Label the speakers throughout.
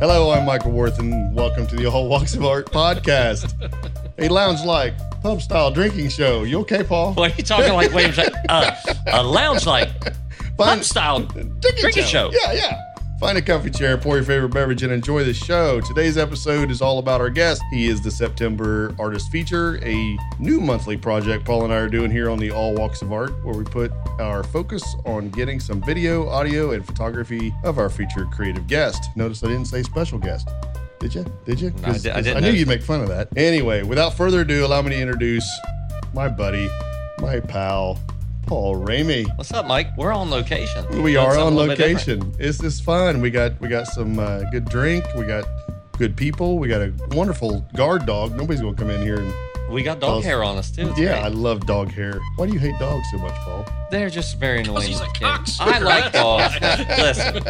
Speaker 1: Hello, I'm Michael Worth, and welcome to the All Walks of Art podcast, a lounge-like pub-style drinking show. You okay, Paul?
Speaker 2: Why are you talking like wait a second? Uh, a lounge like
Speaker 1: Fine-
Speaker 2: pub style drinking show.
Speaker 1: Yeah, yeah. Find a comfy chair, pour your favorite beverage, and enjoy the show. Today's episode is all about our guest. He is the September Artist Feature, a new monthly project Paul and I are doing here on the All Walks of Art, where we put our focus on getting some video, audio, and photography of our featured creative guest. Notice I didn't say special guest. Did you? Did you?
Speaker 2: No, I
Speaker 1: 'Cause-
Speaker 2: di- I
Speaker 1: 'cause
Speaker 2: didn't
Speaker 1: knew
Speaker 2: know.
Speaker 1: you'd make fun of that. Anyway, without further ado, allow me to introduce my buddy, my pal, Paul Ramey.
Speaker 2: What's up, Mike? We're on location. We're
Speaker 1: We
Speaker 2: doing
Speaker 1: are
Speaker 2: something
Speaker 1: on
Speaker 2: a little bit different.
Speaker 1: location. This is fun. We got we got some uh, good drink. We got good people. We got a wonderful guard dog. Nobody's gonna come in here and
Speaker 2: We got dog
Speaker 1: Those-
Speaker 2: hair on us too. It's
Speaker 1: yeah. I
Speaker 2: great.
Speaker 1: love dog hair. Why do you hate dogs so much, Paul?
Speaker 2: they're just very annoying.
Speaker 3: he's a
Speaker 2: kids.
Speaker 3: cocksucker.
Speaker 2: I like dogs. Listen,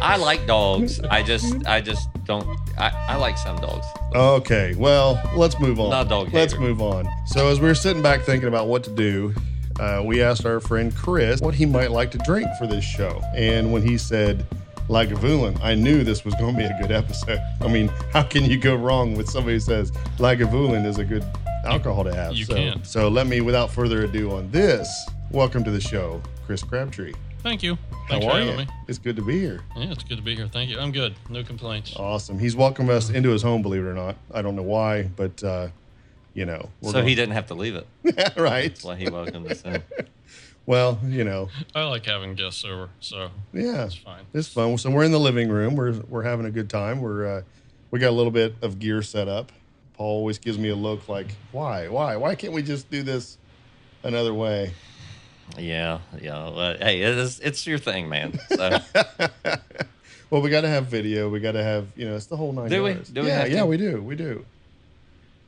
Speaker 2: I like dogs. I just, I just don't. I, I like some dogs.
Speaker 1: Okay, well let's move on.
Speaker 2: Not dog
Speaker 1: Let's
Speaker 2: hater.
Speaker 1: move on. So as we were sitting back thinking about what to do. Uh, we asked our friend Chris what he might like to drink for this show. And when he said Lagavulin, I knew this was going to be a good episode. I mean, how can you go wrong with somebody who says Lagavulin is a good alcohol to have?
Speaker 3: You
Speaker 1: so,
Speaker 3: can't.
Speaker 1: so let me, without further ado, on this, welcome to the show, Chris Crabtree.
Speaker 3: Thank you.
Speaker 1: How
Speaker 3: Thanks for
Speaker 1: are you?
Speaker 3: having me.
Speaker 1: It's good to be here.
Speaker 3: Yeah, it's good to be here. Thank you. I'm good. No complaints.
Speaker 1: Awesome. He's welcomed us into his home, believe it or not. I don't know why, but uh, you know,
Speaker 2: So he didn't have to leave it.
Speaker 1: did right.
Speaker 2: That's why he welcomed us in.
Speaker 1: Well, you know,
Speaker 3: I like having guests over, so
Speaker 1: yeah,
Speaker 3: it's fine.
Speaker 1: it's fun. So we're in the living room. We're we're having a good time. We're uh, we got a little bit of gear set up. Paul always gives me a look like, why, why, why can't we just do this another way?
Speaker 2: Yeah, yeah. Well, hey, it's it's your thing, man. So
Speaker 1: well, we got to have video. We got to have, you know, it's the whole nine.
Speaker 2: Do we?
Speaker 1: yards.
Speaker 2: Do we
Speaker 1: yeah,
Speaker 2: have
Speaker 1: yeah,
Speaker 2: to?
Speaker 1: we do. We do.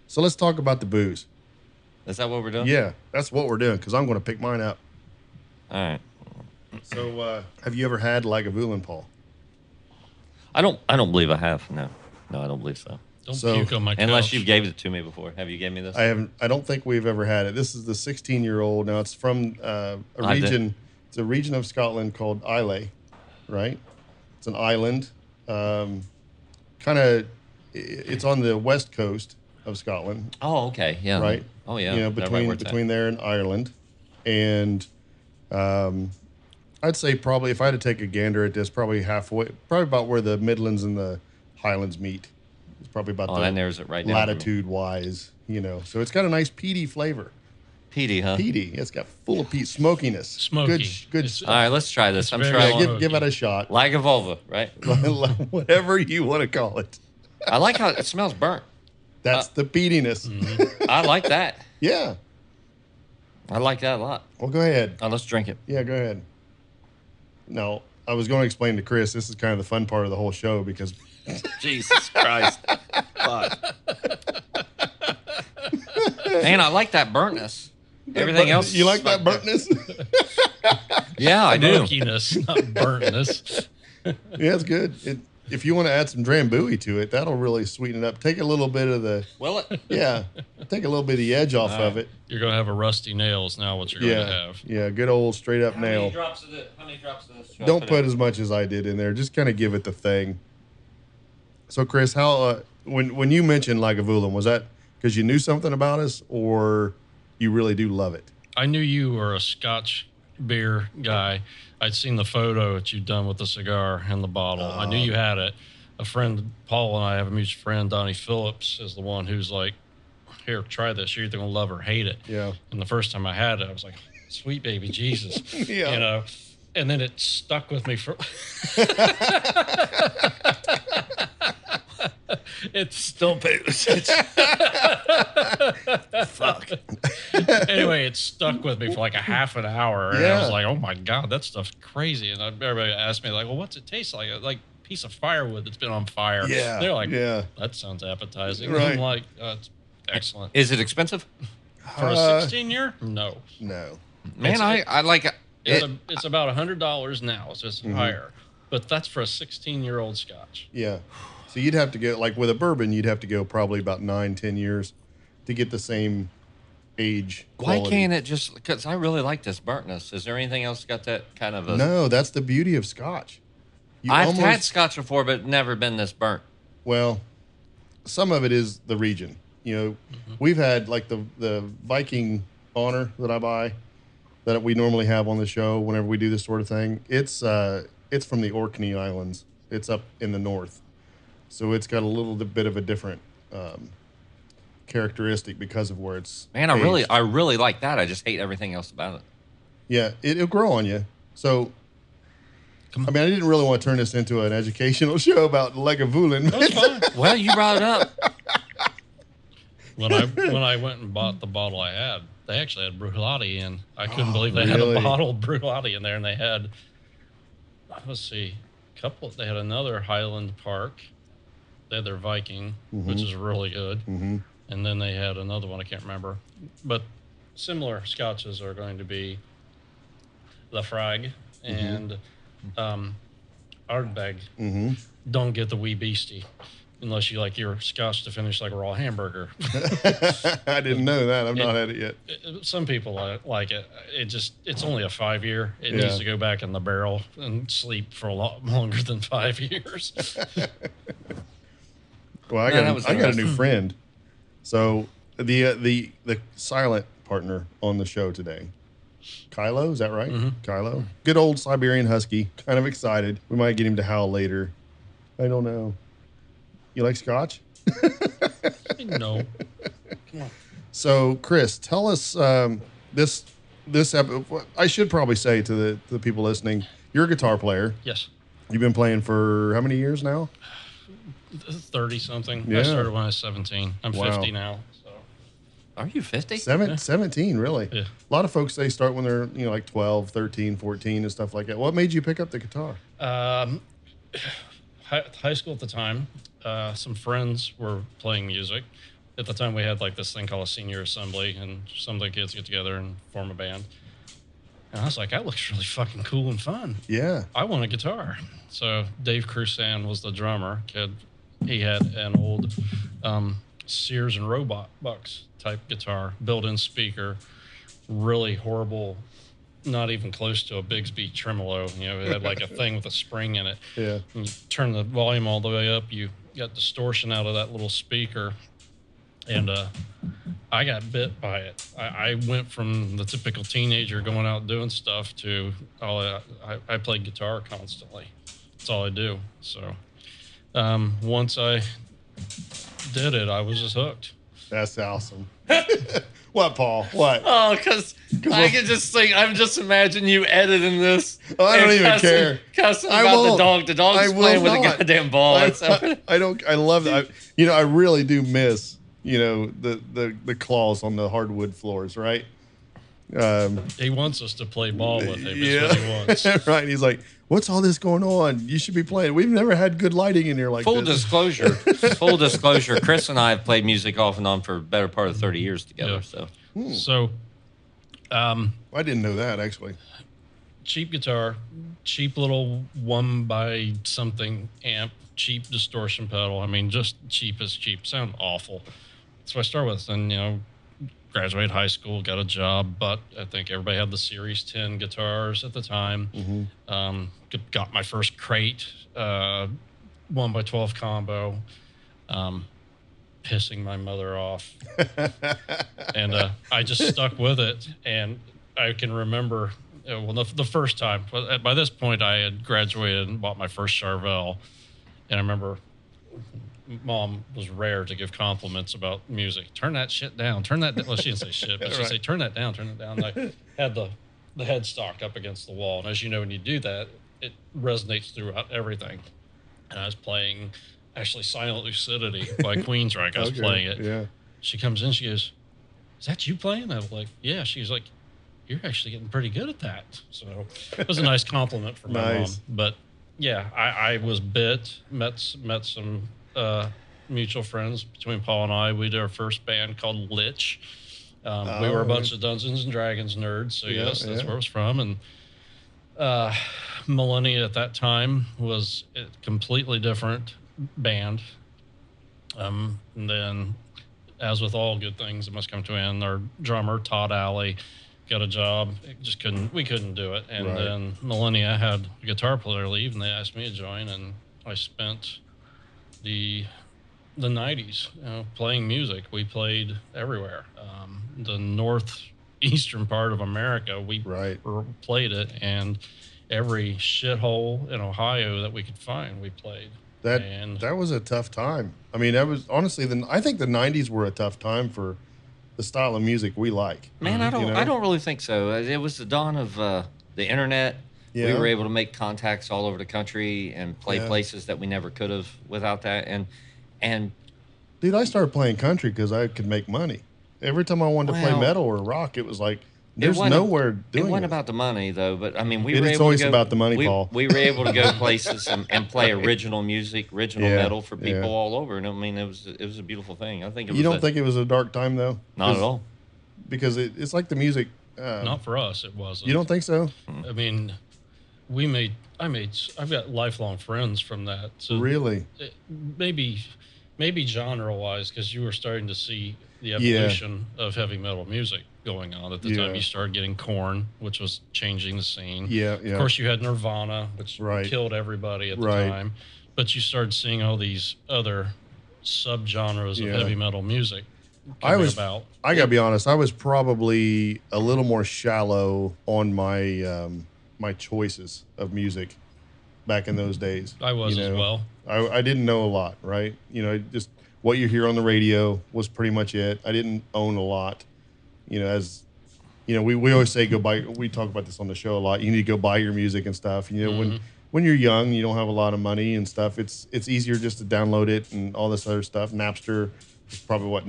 Speaker 1: So let's talk about the booze.
Speaker 2: is that what we're doing?
Speaker 1: Yeah, that's what we're doing because I'm going to pick mine up.
Speaker 2: All right.
Speaker 1: So, uh, have you ever had Lagavulin, Paul?
Speaker 2: I don't. I don't believe I have. No, no, I don't believe so.
Speaker 3: Don't
Speaker 1: So-
Speaker 3: puke on my couch.
Speaker 2: Unless you gave it to me before. Have you gave me this?
Speaker 1: I haven't. I don't think we've ever had it. This is the 16 year old. Now it's from uh, a
Speaker 2: I did-
Speaker 1: region. It's a region of Scotland called Islay, right? It's an island. Um, kind of. It's on the west coast of Scotland,
Speaker 2: oh, okay. Yeah.
Speaker 1: right?
Speaker 2: Oh, yeah.
Speaker 1: You know,
Speaker 2: They're right
Speaker 1: between
Speaker 2: where it's at.
Speaker 1: between there and Ireland, and um, I'd say probably if I had to take a gander at this, probably halfway, probably about where the Midlands and the Highlands meet. It's probably about
Speaker 2: Oh,
Speaker 1: the
Speaker 2: that narrows it right down.
Speaker 1: latitude wise, you know. So it's got a nice peaty flavor.
Speaker 2: Petey, huh?
Speaker 1: Peaty. It's got full of peat smokiness.
Speaker 3: Smoky.
Speaker 1: Good. sh- Good.
Speaker 3: It's-
Speaker 1: stuff.
Speaker 2: All right, let's try this. I'm sure
Speaker 3: very
Speaker 2: I
Speaker 1: yeah,
Speaker 2: won't.
Speaker 3: good.
Speaker 1: give, give it a shot.
Speaker 2: Lagavulin, right?
Speaker 1: Whatever you want to call it.
Speaker 2: I like how it smells burnt.
Speaker 1: That's
Speaker 2: Uh,
Speaker 1: the peatiness.
Speaker 3: mm-hmm.
Speaker 2: I like that.
Speaker 1: yeah.
Speaker 2: I like that a lot.
Speaker 1: Well, go ahead.
Speaker 2: Oh, let's drink it.
Speaker 1: Yeah, go ahead. No, I was going to explain to Chris. This is kind of the fun part of the whole show because
Speaker 2: Jesus Christ. Fuck. Man, I like that burntness. Everything else.
Speaker 1: You like
Speaker 2: is
Speaker 1: that
Speaker 2: fucked up.
Speaker 1: burntness?
Speaker 2: Yeah, I do.
Speaker 3: Smokiness, not burntness.
Speaker 1: yeah, it's good. It, if you want to add some drambuie to it, that'll really sweeten it up. Take a little bit of the
Speaker 2: Will it?
Speaker 1: yeah, take a little bit of the edge off of it.
Speaker 3: You're gonna have a rusty nails now. What you're
Speaker 1: Yeah,
Speaker 3: gonna have?
Speaker 1: yeah, good old straight up
Speaker 2: How
Speaker 1: nail.
Speaker 2: many drops of this? How many drops of this? should I
Speaker 1: Don't put
Speaker 2: in?
Speaker 1: as much as I did in there. Just kind of give it the thing. So, Chris, how uh, when when you mentioned Lagavulin, was that because you knew something about us, or you really do love it?
Speaker 3: I knew you were a Scotch beer guy. I'd seen the photo that you'd done with the cigar and the bottle. I
Speaker 1: Oh.
Speaker 3: knew you had it. A friend, Paul, and I have a mutual friend, Donnie Phillips, is the one who's like, "Here, try this. You're either gonna love or hate it."
Speaker 1: Yeah,
Speaker 3: And the first time I had it, I was like, sweet baby Jesus.
Speaker 1: Yeah.
Speaker 3: You know, and then it stuck with me for. it's
Speaker 2: Still booze. Fuck.
Speaker 3: anyway, it stuck with me for like a half an hour. And I
Speaker 1: Yeah.
Speaker 3: was like, oh my God, that stuff's crazy. And I- everybody asked me, like, well, what's it taste like? It's Like a piece of firewood that's been on fire.
Speaker 1: yeah.
Speaker 3: They're like,
Speaker 1: yeah.
Speaker 3: that sounds appetizing.
Speaker 1: Right.
Speaker 3: I'm like, uh, it's excellent.
Speaker 2: Is it expensive?
Speaker 3: For
Speaker 1: Uh,
Speaker 3: a 16 year? No.
Speaker 1: No.
Speaker 2: Man,
Speaker 3: It's-
Speaker 2: I, I like it.
Speaker 3: It's, a, it's about $100 now, so it's higher. But that's for a 16 year old scotch.
Speaker 1: Yeah. So you'd have to go like with a bourbon, you'd have to go probably about nine, ten years to get the same age.
Speaker 2: Why
Speaker 1: quality.
Speaker 2: can't it just? Because I really like this burntness. Is there anything else got that kind of a?
Speaker 1: No, that's the beauty of Scotch. You
Speaker 2: I've
Speaker 1: almost,
Speaker 2: had scotch before, but never been this burnt.
Speaker 1: well, some of it is the region. You know,
Speaker 2: Mm-hmm.
Speaker 1: we've had like the the Viking honor that I buy that we normally have on the show whenever we do this sort of thing. It's uh it's from the Orkney Islands. It's up in the north. So it's got a little bit of a different um, characteristic because of where it's
Speaker 2: Man, I really,
Speaker 1: aged.
Speaker 2: I really like that. I just hate everything else about it.
Speaker 1: Yeah, it, it'll grow on you. So,
Speaker 2: Come
Speaker 1: I mean, I didn't really want to turn this into an educational show about Legavulin.
Speaker 3: That's fine.
Speaker 2: Well, you brought it up.
Speaker 3: when I when I went and bought the bottle I had, they actually had Brulati in. I couldn't
Speaker 1: Oh,
Speaker 3: believe they
Speaker 1: really?
Speaker 3: had a bottle of Brulati in there, and they had let's see, a couple. They had another Highland Park. They had their Viking, which
Speaker 1: Mhm.
Speaker 3: is really good,
Speaker 1: hmm
Speaker 3: and then they had another one I can't remember, but similar scotches are going to be Lafrague
Speaker 1: Mm-hmm.
Speaker 3: and um, Ardbeg.
Speaker 1: hmm
Speaker 3: Don't get the wee beastie unless you like your scotch to finish like a raw hamburger.
Speaker 1: I didn't know that. I've not had it yet.
Speaker 3: some people li- like it. It just it's only a five year. It
Speaker 1: Yeah.
Speaker 3: needs to go back in the barrel and sleep for a lot longer than five years.
Speaker 1: Well, I
Speaker 2: No,
Speaker 1: got,
Speaker 2: that was Hmm.
Speaker 1: I got a new
Speaker 2: interesting.
Speaker 1: friend. So the uh, the the silent partner on the show today, Kylo, is that right?
Speaker 2: Mm-hmm.
Speaker 3: Mhm.
Speaker 1: Kylo, good old Siberian Husky. Kind of excited. We might get him to howl later. I don't know. You like Scotch?
Speaker 3: no,
Speaker 1: So, Chris, tell us um, this this epi- I should probably say to the to the people listening, you're a guitar player.
Speaker 3: yes,
Speaker 1: You've been playing for how many years now?
Speaker 3: thirty something.
Speaker 1: Yeah.
Speaker 3: I started when I was seventeen. I'm
Speaker 1: Wow.
Speaker 3: fifty now. So
Speaker 2: Are you fifty?
Speaker 1: Seven, 17, really.
Speaker 3: Yeah.
Speaker 1: A lot of folks they start when they're, you know, like 12, 13, 14 and stuff like that. What made you pick up the guitar?
Speaker 3: Um, high, high school at the time, uh, some friends were playing music. At the time, we had like this thing called a senior assembly, and some of the kids get together and form a band. And I was like, that looks really fucking cool and fun.
Speaker 1: Yeah.
Speaker 3: I want a guitar. So Dave Crusan was the drummer. Kid, he had an old um, Sears and Robot Bucks type guitar, built-in speaker, really horrible. Not even close to a Bigsby tremolo. You know, it had like a thing with a spring in it.
Speaker 1: Yeah.
Speaker 3: And you turn the volume all the way up, you got distortion out of that little speaker. And uh, I got bit by it. I, I went from the typical teenager going out doing stuff to all I, I, I played guitar constantly. That's all I do. So um, once I did it, I was just hooked.
Speaker 1: That's awesome. what, Paul? What?
Speaker 2: Oh, because I
Speaker 1: we're-
Speaker 2: can just think. I'm just imagining you editing this.
Speaker 1: Oh, I don't
Speaker 2: and
Speaker 1: even
Speaker 2: cussing-
Speaker 1: care.
Speaker 2: Cussing
Speaker 1: I
Speaker 2: about
Speaker 1: won't.
Speaker 2: the dog. The
Speaker 1: I
Speaker 2: dog's
Speaker 1: will
Speaker 2: playing with
Speaker 1: not.
Speaker 2: a goddamn ball.
Speaker 1: I,
Speaker 2: That's- I,
Speaker 1: I don't I love that. I, you know, I really do miss, you know, the the the claws on the hardwood floors, right? Um
Speaker 3: He wants us to play ball with him. Yeah. Is what he
Speaker 1: Yeah,
Speaker 3: wants.
Speaker 1: right. He's like, "What's all this going on? You should be playing. We've never had good lighting in here like
Speaker 2: full
Speaker 1: this."
Speaker 2: disclosure. full disclosure. Chris and I have played music off and on for the better part of thirty years together.
Speaker 3: Yeah.
Speaker 2: So
Speaker 3: So um,
Speaker 1: I didn't know that actually.
Speaker 3: cheap guitar, cheap little one by something amp, cheap distortion pedal. I mean, just cheap as cheap. Sound awful. That's what I start with. And you know, graduated high school, got a job, but I think everybody had the Series 10 guitars at the time. Um, g- got my first crate, uh, one by 12 combo. Um, pissing my mother off and uh, I just stuck with it. And I can remember, uh, well, the, the first time. But at- By this point, I had graduated and bought my first Charvel, and I remember mom was rare to give compliments about music. Turn that shit down. Turn that. Down. Well, she didn't say shit, but she'd
Speaker 1: Right.
Speaker 3: say, "Turn that down. Turn it down." And I had the the headstock up against the wall, and as you know, when you do that, it resonates throughout everything. And I was playing. Actually, Silent Lucidity by Queensryche. I was
Speaker 1: Okay,
Speaker 3: playing it,
Speaker 1: Yeah.
Speaker 3: she comes in, she goes, Is that you playing? I was like, Yeah. She's like, You're actually getting pretty good at that. So it was a nice compliment for my
Speaker 1: Nice.
Speaker 3: mom. But yeah, I, I was bit, met s- met some uh, mutual friends between Paul and I. We did our first band called Lich. Um, we were
Speaker 1: Oh.
Speaker 3: a bunch of Dungeons and Dragons nerds, so
Speaker 1: Yeah,
Speaker 3: yes, that's
Speaker 1: yeah.
Speaker 3: where it was from. And uh, Millennia at that time was a completely different band. Um, and then, as with all good things, it must come to an end. Our drummer Todd Alley got a job. It just couldn't. We couldn't do it. And
Speaker 1: Right.
Speaker 3: then Millennia had a guitar player leave, and they asked me to join, and I spent the the 90s you know, playing music. We played everywhere. Um, the northeastern part of America, we
Speaker 1: Right.
Speaker 3: r- played it, and every shithole in Ohio that we could find, we played.
Speaker 1: That
Speaker 3: And-
Speaker 1: that was a tough time. I mean, that was honestly the I think the '90s were a tough time for the style of music we like.
Speaker 2: Man, I
Speaker 1: Mm-hmm, You
Speaker 2: don't.
Speaker 1: know?
Speaker 2: I don't really think so. Uh, It was the dawn of uh, the internet.
Speaker 1: Yeah.
Speaker 2: We were able to make contacts all over the country and play
Speaker 1: Yeah.
Speaker 2: places that we never could have without that. And and
Speaker 1: Dude, I started playing country because I could make money. Every time I wanted to play
Speaker 2: Well,
Speaker 1: metal or rock, it was like there's
Speaker 2: wasn't-
Speaker 1: nowhere doing
Speaker 2: it wasn't
Speaker 1: it.
Speaker 2: about the money though. But I mean, we
Speaker 1: It
Speaker 2: were
Speaker 1: is
Speaker 2: able
Speaker 1: always
Speaker 2: to go,
Speaker 1: about the money,
Speaker 2: we,
Speaker 1: Paul.
Speaker 2: We were able to go places and, and play original music, original
Speaker 1: Yeah,
Speaker 2: metal for
Speaker 1: yeah.
Speaker 2: people all over. And I mean, it was it was a beautiful thing. I think it was
Speaker 1: you don't
Speaker 2: a-
Speaker 1: think it was a dark time though?
Speaker 2: not at all.
Speaker 1: Because it, it's like the music. Uh,
Speaker 3: Not for us, it wasn't.
Speaker 1: you don't think so?
Speaker 3: I mean, we made. I made. s- I've got lifelong friends from that. So
Speaker 1: Really?
Speaker 3: it- maybe, maybe genre wise, because you were starting to see the
Speaker 1: Yeah.
Speaker 3: evolution of heavy metal music going on at the
Speaker 1: Yeah.
Speaker 3: time. You started getting Corn, which was changing the scene.
Speaker 1: Yeah, yeah.
Speaker 3: Of course, you had Nirvana, which
Speaker 1: Right.
Speaker 3: killed everybody at the
Speaker 1: Right.
Speaker 3: time, but you started seeing all these other subgenres
Speaker 1: Yeah.
Speaker 3: of heavy metal music.
Speaker 1: I
Speaker 3: coming
Speaker 1: was-
Speaker 3: about.
Speaker 1: I gotta be honest. I was probably a little more shallow on my um, my choices of music back in those days.
Speaker 3: I was
Speaker 1: you
Speaker 3: as
Speaker 1: know?
Speaker 3: well.
Speaker 1: I, I didn't know a lot, right? You know, just what you hear on the radio was pretty much it. I didn't own a lot. You know, as you know, we, we always say go buy. We talk about this on the show a lot. You need to go buy your music and stuff. You know, when when you're young, you don't have a lot of money and stuff. It's it's easier just to download it and all this other stuff. Napster was probably what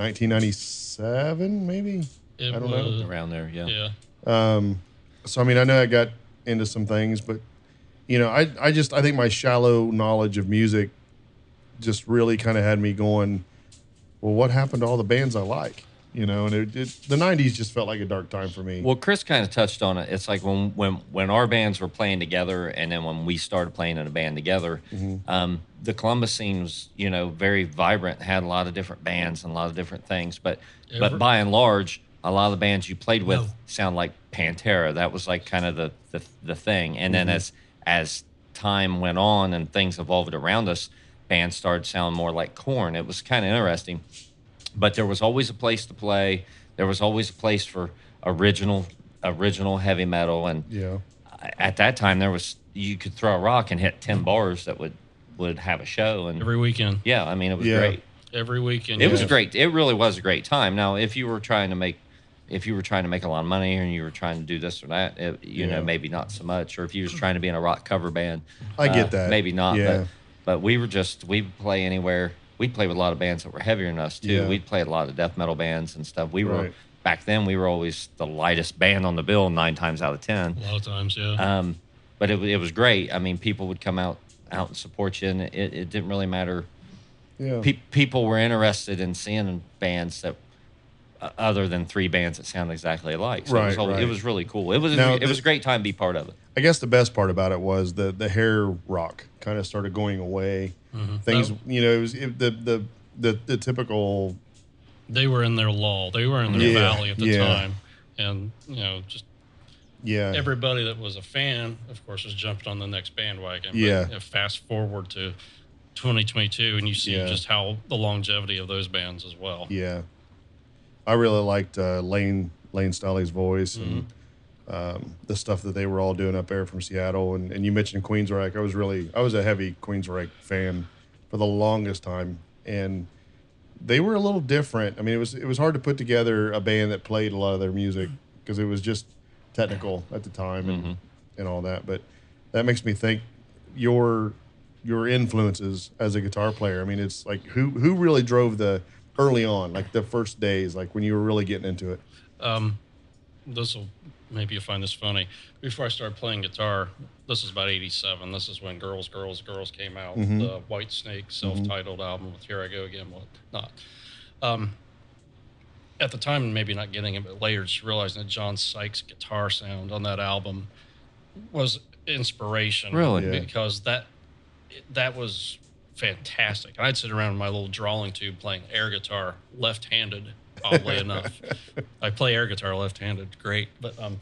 Speaker 1: 1997 maybe.
Speaker 3: It
Speaker 1: I don't know.
Speaker 3: was,
Speaker 2: Around there, yeah.
Speaker 3: Yeah.
Speaker 1: Um, so I mean, I know I got into some things, but you know, I I just I think my shallow knowledge of music just really kind of had me going. Well, what happened to all the bands I like? You know, and it, it, the '90s just felt like a dark time for me.
Speaker 2: Well, Chris kind of touched on it. It's like when when when our bands were playing together, and then when we started playing in a band together, um, the Columbus scene was you know very vibrant, had a lot of different bands and a lot of different things. But
Speaker 3: Ever-
Speaker 2: but by and large, a lot of the bands you played with sound like Pantera. That was like kind of the the, the thing. And then as as time went on and things evolved around us, bands started sounding more like Corn. It was kind of interesting but there was always a place to play. There was always a place for original original heavy metal, and
Speaker 1: yeah,
Speaker 2: at that time there was you could throw a rock and hit ten bars that would would have a show, and
Speaker 3: Every weekend.
Speaker 2: yeah, I mean it was
Speaker 1: Yeah.
Speaker 2: great.
Speaker 3: Every weekend.
Speaker 2: It was
Speaker 3: yeah.
Speaker 2: great. It really was a great time. Now, if you were trying to make if you were trying to make a lot of money and you were trying to do this or that, it, you
Speaker 1: Yeah.
Speaker 2: know, maybe not so much. Or if you was trying to be in a rock cover band, uh,
Speaker 1: I get that.
Speaker 2: Maybe not.
Speaker 1: Yeah.
Speaker 2: But, but we were just we would play anywhere. We'd play with a lot of bands that were heavier than us too.
Speaker 1: Yeah.
Speaker 2: We'd play a lot of death metal bands and stuff. We were
Speaker 1: Right.
Speaker 2: back then. We were always the lightest band on the bill nine times out of ten.
Speaker 3: A lot of times, yeah.
Speaker 1: Uh,
Speaker 2: Um, but it, wa- it was great. I mean, people would come out out and support you, and it, it didn't really matter
Speaker 1: yeah,
Speaker 2: pe- people were interested in seeing bands that uh, other than three bands that sound exactly alike. So it,
Speaker 1: Right,
Speaker 2: was, al-
Speaker 1: right.
Speaker 2: it was really cool. It was
Speaker 1: Now,
Speaker 2: it
Speaker 1: this-
Speaker 2: was a great time to be part of it.
Speaker 1: I guess the best part about it was the the hair rock kind of started going away. Things,
Speaker 3: Oh.
Speaker 1: you know, it was it, the the the the typical
Speaker 3: they were in their lull. They were in their
Speaker 1: Yeah,
Speaker 3: valley at the
Speaker 1: yeah.
Speaker 3: time. And, you know, just
Speaker 1: yeah
Speaker 3: everybody that was a fan, of course, was jumped on the next bandwagon. But,
Speaker 1: Yeah.
Speaker 3: you know, fast forward to 2022, and you see
Speaker 1: Yeah.
Speaker 3: just how the longevity of those bands as well.
Speaker 1: Yeah, I really liked uh, Lane Lane Staley's voice and um, the stuff that they were all doing up there from Seattle. And, and you mentioned Queensryche. I was really I was a heavy Queensryche fan for the longest time, and they were a little different. I mean, it was it was hard to put together a band that played a lot of their music
Speaker 3: Mm-hmm.
Speaker 1: because it was just technical at the time and and all that. But that makes me think your your influences as a guitar player. I mean, it's like who who really drove the early on, like the first days, like when you were really getting into it.
Speaker 3: Um, this will maybe you find this funny. Before I started playing guitar, this is about '87. This is when Girls, Girls, Girls came out.
Speaker 1: Mm-hmm.
Speaker 3: The White Snake self-titled album with Here I Go Again, what not. Um, at the time, maybe not getting it, but later just realizing that John Sykes' guitar sound on that album was inspiration.
Speaker 2: Really?
Speaker 1: Yeah.
Speaker 3: because that that was fantastic. I'd sit around with my little drawing tube playing air guitar left-handed oddly enough. I play air guitar left-handed, great, but um,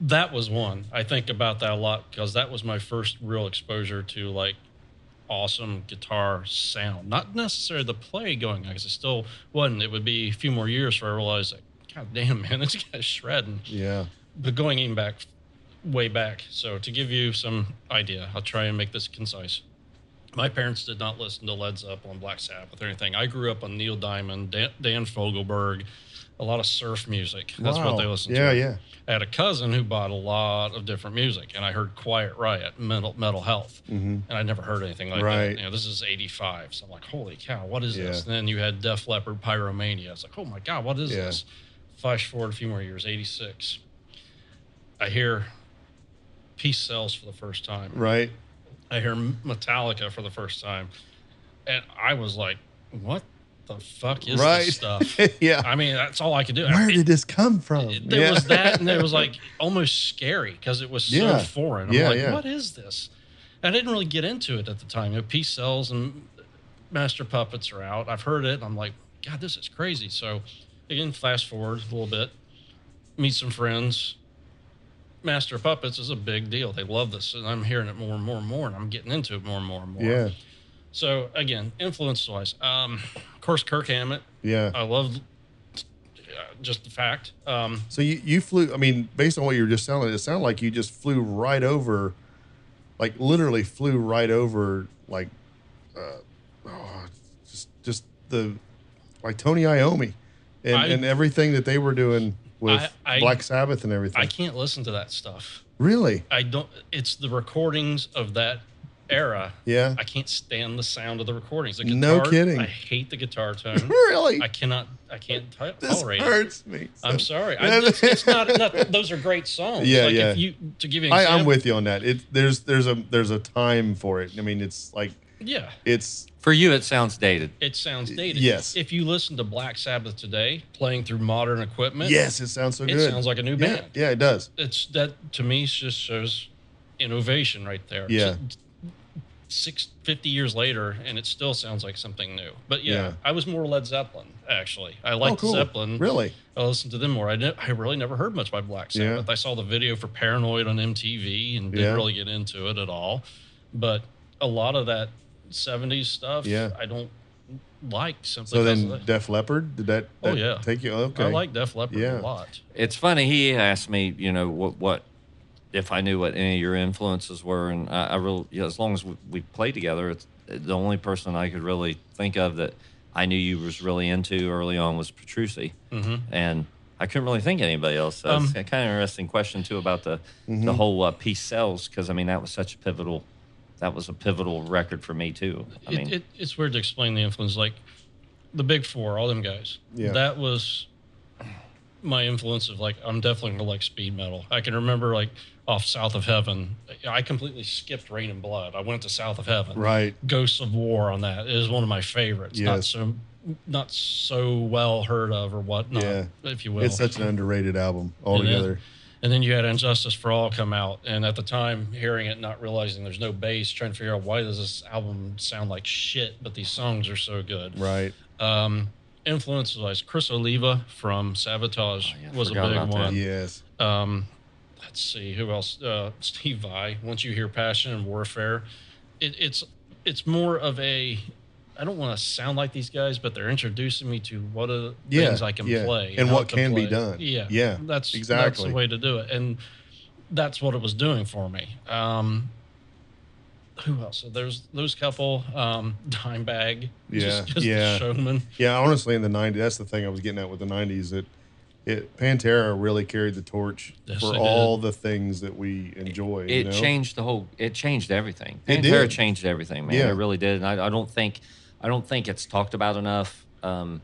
Speaker 3: that was one. I think about that a lot because that was my first real exposure to like awesome guitar sound. Not necessarily the play going on because it still wasn't. It would be a few more years before I realized, like, God damn, man, this guy's shredding.
Speaker 1: yeah.
Speaker 3: But going even back, way back. So to give you some idea, I'll try and make this concise. My parents did not listen to Led Zeppelin, Black Sabbath, or anything. I grew up on Neil Diamond, Dan, Dan Fogelberg, a lot of surf music. That's what
Speaker 1: Wow.
Speaker 3: they listened
Speaker 1: yeah,
Speaker 3: to.
Speaker 1: Yeah,
Speaker 3: I had a cousin who bought a lot of different music, and I heard Quiet Riot, Mental Mental Health,
Speaker 1: Mhm.
Speaker 3: and I never heard anything like
Speaker 1: Right.
Speaker 3: that. You know, this is '85, so I'm like, "Holy cow, what is
Speaker 1: Yeah.
Speaker 3: this?" And then you had Def Leppard, Pyromania. I was like, "Oh my god, what is
Speaker 1: Yeah.
Speaker 3: this?" Flash forward a few more years, '86. I hear Peace Cells for the first time.
Speaker 1: Right.
Speaker 3: I hear Metallica for the first time, and I was like, "What the fuck is
Speaker 1: Right.
Speaker 3: this stuff?"
Speaker 1: yeah.
Speaker 3: I mean, that's all I could do.
Speaker 1: Where
Speaker 3: It-
Speaker 1: did this come from?
Speaker 3: it- there
Speaker 1: yeah.
Speaker 3: was that, and it was like almost scary because it was so
Speaker 1: Yeah.
Speaker 3: foreign. I'm
Speaker 1: Yeah,
Speaker 3: like,
Speaker 1: yeah.
Speaker 3: what is this? I didn't really get into it at the time. You know, Peace Cells and Master Puppets are out. I've heard it. And I'm like, God, this is crazy. So, again, fast forward a little bit, meet some friends. Master Puppets is a big deal. They love this, and I'm hearing it more and more and more, and I'm getting into it more and more and more.
Speaker 1: yeah.
Speaker 3: So again, influence wise, um, of course, Kirk Hammett.
Speaker 1: Yeah.
Speaker 3: I love uh, just the fact. Um,
Speaker 1: So you, you flew, I mean, based on what you were just telling, it sounded like you just flew right over, like literally flew right over, like, uh, oh, just, just the, like Tony Iommi and,
Speaker 3: I-
Speaker 1: and everything that they were doing with
Speaker 3: I- I-
Speaker 1: Black Sabbath and everything.
Speaker 3: I can't listen to that stuff.
Speaker 1: really?
Speaker 3: I don't. It's the recordings of that era.
Speaker 1: Yeah.
Speaker 3: I can't stand the sound of the recordings. The guitar,
Speaker 1: No kidding.
Speaker 3: I hate the guitar tone.
Speaker 1: really?
Speaker 3: I cannot. I can't t-
Speaker 1: this
Speaker 3: tolerate it.
Speaker 1: hurts me.
Speaker 3: I'm sorry. I, it's, it's not, not. Those are great songs.
Speaker 1: Yeah,
Speaker 3: like
Speaker 1: yeah.
Speaker 3: If you to give you. An
Speaker 1: I,
Speaker 3: example,
Speaker 1: I'm with you on that. It there's there's a there's a time for it. I mean, it's like
Speaker 3: Yeah.
Speaker 1: it's
Speaker 2: For you, it sounds dated.
Speaker 3: It sounds dated.
Speaker 1: Yes.
Speaker 3: If you listen to Black Sabbath today, playing through modern equipment,
Speaker 1: yes, it sounds so
Speaker 3: it
Speaker 1: good.
Speaker 3: sounds like a new
Speaker 1: yeah,
Speaker 3: band.
Speaker 1: yeah, it does.
Speaker 3: it's that to me just shows innovation right there.
Speaker 1: Yeah.
Speaker 3: Six, 50 years later, and it still sounds like something new. But yeah,
Speaker 1: Yeah.
Speaker 3: I was more Led Zeppelin actually. I
Speaker 1: oh,
Speaker 3: liked
Speaker 1: cool.
Speaker 3: Zeppelin.
Speaker 1: Really?
Speaker 3: I listened to them more. I ne- I really never heard much by Black
Speaker 1: Yeah.
Speaker 3: Sabbath. I saw the video for Paranoid on MTV and didn't
Speaker 1: Yeah.
Speaker 3: really get into it at all. But a lot of that 70s stuff,
Speaker 1: Yeah.
Speaker 3: I don't like simply.
Speaker 1: So
Speaker 3: 'cause
Speaker 1: then
Speaker 3: of the-
Speaker 1: Def Leppard did that,
Speaker 3: Oh,
Speaker 1: that
Speaker 3: yeah.
Speaker 1: take you okay.
Speaker 3: I like Def Leppard
Speaker 1: Yeah.
Speaker 3: a lot.
Speaker 2: It's funny. He asked me, you know, what what if I knew what any of your influences were, and I, I really, you know, as long as we, we played together, it's the only person I could really think of that I knew you was really into early on was Petrucci,
Speaker 3: hmm
Speaker 2: and I couldn't really think of anybody else. So it's
Speaker 3: Um,
Speaker 2: a kind of interesting question too about the the
Speaker 1: Mhm.
Speaker 2: whole uh, piece cells because I mean that was such a pivotal. That was a pivotal record for me too. I mean,
Speaker 3: it, it, it's weird to explain the influence. Like the big four, all them guys.
Speaker 1: Yeah.
Speaker 3: That was my influence of like I'm definitely gonna like speed metal. I can remember like off South of Heaven. I completely skipped Rain and Blood. I went to South of Heaven.
Speaker 1: right.
Speaker 3: Ghosts of War on that is one of my favorites. Not
Speaker 1: Yes.
Speaker 3: so not so well heard of or whatnot,
Speaker 1: Yeah.
Speaker 3: if you will.
Speaker 1: it's such an underrated album altogether.
Speaker 3: And then you had Injustice for All come out, and at the time, hearing it, not realizing there's no bass, trying to figure out why does this album sound like shit, but these songs are so good.
Speaker 1: Right.
Speaker 3: Um, influences like Chris Oliva from Sabotage
Speaker 2: Oh, yeah, I
Speaker 3: was a
Speaker 2: forgot
Speaker 3: big
Speaker 2: about that.
Speaker 3: one.
Speaker 1: Yes.
Speaker 3: Um, let's see who else. Uh, Steve Vai. Once you hear Passion and Warfare, it, it's it's more of a. I don't want to sound like these guys, but they're introducing me to what are the
Speaker 1: Yeah,
Speaker 3: things I can
Speaker 1: yeah.
Speaker 3: play
Speaker 1: And
Speaker 3: how
Speaker 1: what
Speaker 3: to
Speaker 1: can be done.
Speaker 3: Yeah,
Speaker 1: Yeah,
Speaker 3: That's That's
Speaker 1: exactly.
Speaker 3: the way to do it, and that's what it was doing for me. Um, who else? So there's those couple. Um, Dimebag.
Speaker 1: Yeah,
Speaker 3: Just, just
Speaker 1: yeah.
Speaker 3: The showman.
Speaker 1: Yeah. Honestly, in the '90s, that's the thing I was getting at with the '90s. That it Pantera really carried the torch
Speaker 3: Yes,
Speaker 1: for
Speaker 3: they
Speaker 1: all the things that we enjoy. you
Speaker 2: it
Speaker 1: know?
Speaker 2: changed the whole it changed everything
Speaker 1: It
Speaker 2: pantera
Speaker 1: did.
Speaker 2: changed everything man
Speaker 1: Yeah.
Speaker 2: it really did and I, I don't think i don't think it's talked about enough um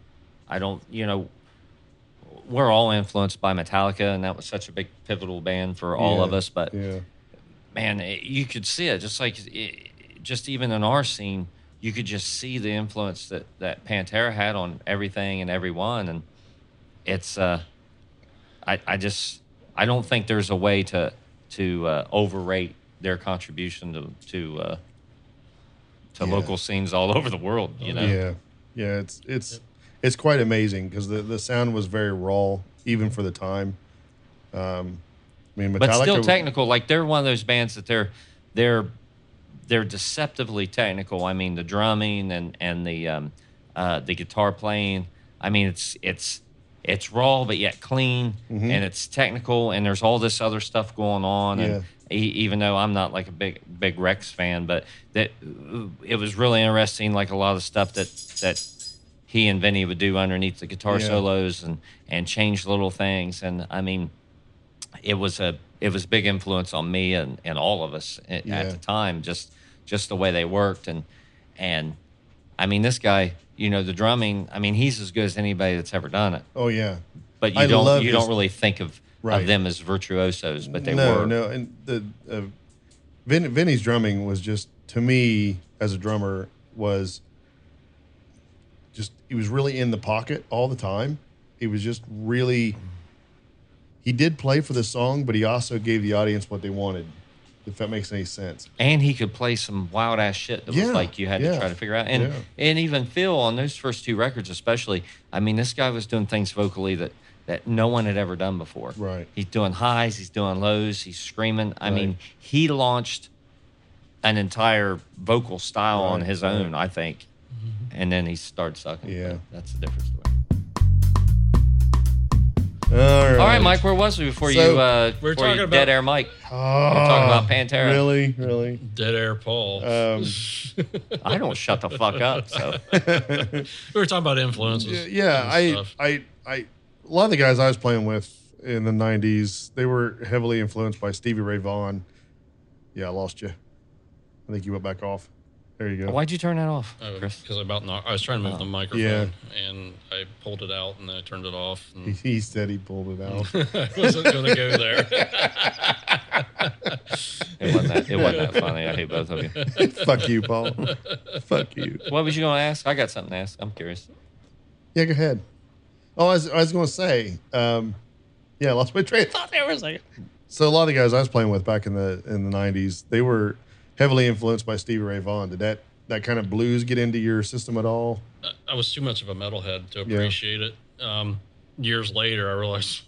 Speaker 2: i don't you know we're all influenced by metallica and that was such a big pivotal band for all
Speaker 1: Yeah,
Speaker 2: of us but
Speaker 1: Yeah.
Speaker 2: man it, you could see it just like it, just even in our scene you could just see the influence that that pantera had on everything and everyone and it's uh I, I just I don't think there's a way to to uh, overrate their contribution to to uh, to
Speaker 1: Yeah.
Speaker 2: local scenes all over the world. You know,
Speaker 1: Yeah. Yeah. It's it's it's quite amazing because the, the sound was very raw even for the time. Um, I mean, Metallica,
Speaker 2: but still technical. Like they're one of those bands that they're they're they're deceptively technical. I mean, the drumming and and the um, uh, the guitar playing. I mean, it's it's it's raw but yet clean,
Speaker 1: Mhm.
Speaker 2: and it's technical. And there's all this other stuff going on.
Speaker 1: Yeah.
Speaker 2: And e- even though I'm not like a big big Rex fan, but that uh, it was really interesting. Like a lot of the stuff that that he and Vinny would do underneath the guitar
Speaker 1: Yeah.
Speaker 2: solos and and change little things. And I mean, it was a it was a big influence on me and, and all of us at,
Speaker 1: Yeah.
Speaker 2: at the time just just the way they worked and and i mean this guy you know the drumming i mean he's as good as anybody that's ever done it
Speaker 1: oh yeah,
Speaker 2: but you
Speaker 1: I
Speaker 2: don't
Speaker 1: love
Speaker 2: you
Speaker 1: his-
Speaker 2: don't really think of,
Speaker 1: Right.
Speaker 2: of them as virtuosos but they
Speaker 1: no,
Speaker 2: were
Speaker 1: No, and the uh, Vin, Vinny's drumming was just to me as a drummer was just he was really in the pocket all the time. He was just really he did play for the song, but he also gave the audience what they wanted. If that makes any sense.
Speaker 2: and he could play some wild ass shit that
Speaker 1: Yeah,
Speaker 2: was like you had
Speaker 1: yeah,
Speaker 2: to try to figure out. And
Speaker 1: yeah.
Speaker 2: and even Phil on those first two records, especially, I mean, this guy was doing things vocally that that no one had ever done before.
Speaker 1: Right.
Speaker 2: He's doing highs, he's doing lows, he's screaming. I
Speaker 1: Right.
Speaker 2: mean, he launched an entire vocal style on
Speaker 1: Right,
Speaker 2: his
Speaker 1: right.
Speaker 2: own, I think.
Speaker 3: Mm-hmm.
Speaker 2: And then he started sucking. but
Speaker 1: Yeah.
Speaker 2: That's a different story.
Speaker 1: All right,
Speaker 2: All right, Mike, where was we before
Speaker 1: So-
Speaker 2: you uh
Speaker 3: We were
Speaker 2: before you
Speaker 3: talking
Speaker 2: dead
Speaker 3: about-
Speaker 2: air Mike?
Speaker 1: Ah,
Speaker 2: about Pantera.
Speaker 1: Really, really.
Speaker 3: Dead air Paul.
Speaker 1: Um,
Speaker 2: I don't shut the fuck up. So
Speaker 3: we were talking about influences.
Speaker 1: Yeah, yeah
Speaker 3: and
Speaker 1: I,
Speaker 3: stuff.
Speaker 1: I, I, a lot of the guys I was playing with in the '90s, they were heavily influenced by Stevie Ray Vaughan. Yeah, I lost you. I think you went back off. There you go.
Speaker 2: why'd you turn that off,
Speaker 3: Oh,
Speaker 2: Chris?
Speaker 3: because I about knock, I was trying to move
Speaker 2: Oh.
Speaker 3: the microphone
Speaker 1: Yeah.
Speaker 3: and I pulled it out and then I turned it off.
Speaker 1: He,
Speaker 3: And
Speaker 1: he said he pulled it out.
Speaker 3: I wasn't going to go there.
Speaker 2: It wasn't that, it wasn't that funny. I hate both of you.
Speaker 1: Fuck you, Paul. Fuck you.
Speaker 2: What was you going to ask? I got something to ask. I'm curious.
Speaker 1: Yeah, go ahead. Oh, I was, I was going to say, um, yeah, I lost my train of thought there for a second. So a lot of the guys I was playing with back in the in the '90s, they were heavily influenced by Stevie Ray Vaughan. Did that that kind of blues get into your system at all?
Speaker 3: I was too much of a metalhead to appreciate it. Um, years later, I realized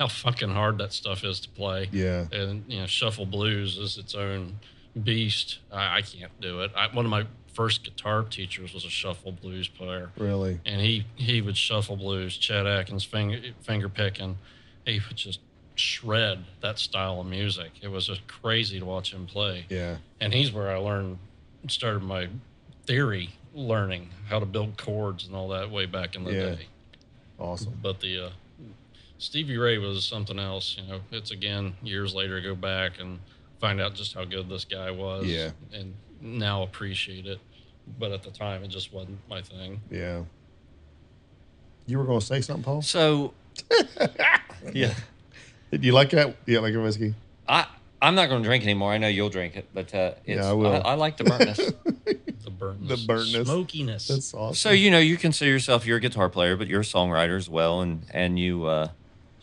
Speaker 3: how fucking hard that stuff is to play.
Speaker 1: Yeah.
Speaker 3: And you know, shuffle blues is its own beast. I, I can't do it. I, one of my first guitar teachers was a shuffle blues player.
Speaker 1: Really?
Speaker 3: and he he would shuffle blues, Chet Atkins finger finger picking. He would just shred that style of music. It was just crazy to watch him play.
Speaker 1: Yeah.
Speaker 3: And he's where I learned started my theory learning how to build chords and all that way back in the
Speaker 1: Yeah.
Speaker 3: day.
Speaker 1: Awesome.
Speaker 3: But the uh, Stevie Ray was something else. You know, it's again years later go back and find out just how good this guy was.
Speaker 1: Yeah.
Speaker 3: And now appreciate it. But at the time, it just wasn't my thing.
Speaker 1: Yeah. You were going to say something, Paul?
Speaker 2: So
Speaker 1: Yeah. Did you like that? Yeah, like a whiskey.
Speaker 2: I I'm not going to drink anymore. I know you'll drink it, but uh, it's,
Speaker 1: Yeah, I will.
Speaker 2: I, like the burntness.
Speaker 3: The burntness.
Speaker 1: The burntness.
Speaker 3: Smokiness.
Speaker 1: That's awesome.
Speaker 2: so you know, you consider yourself you're a guitar player, but you're a songwriter as well, and and you uh,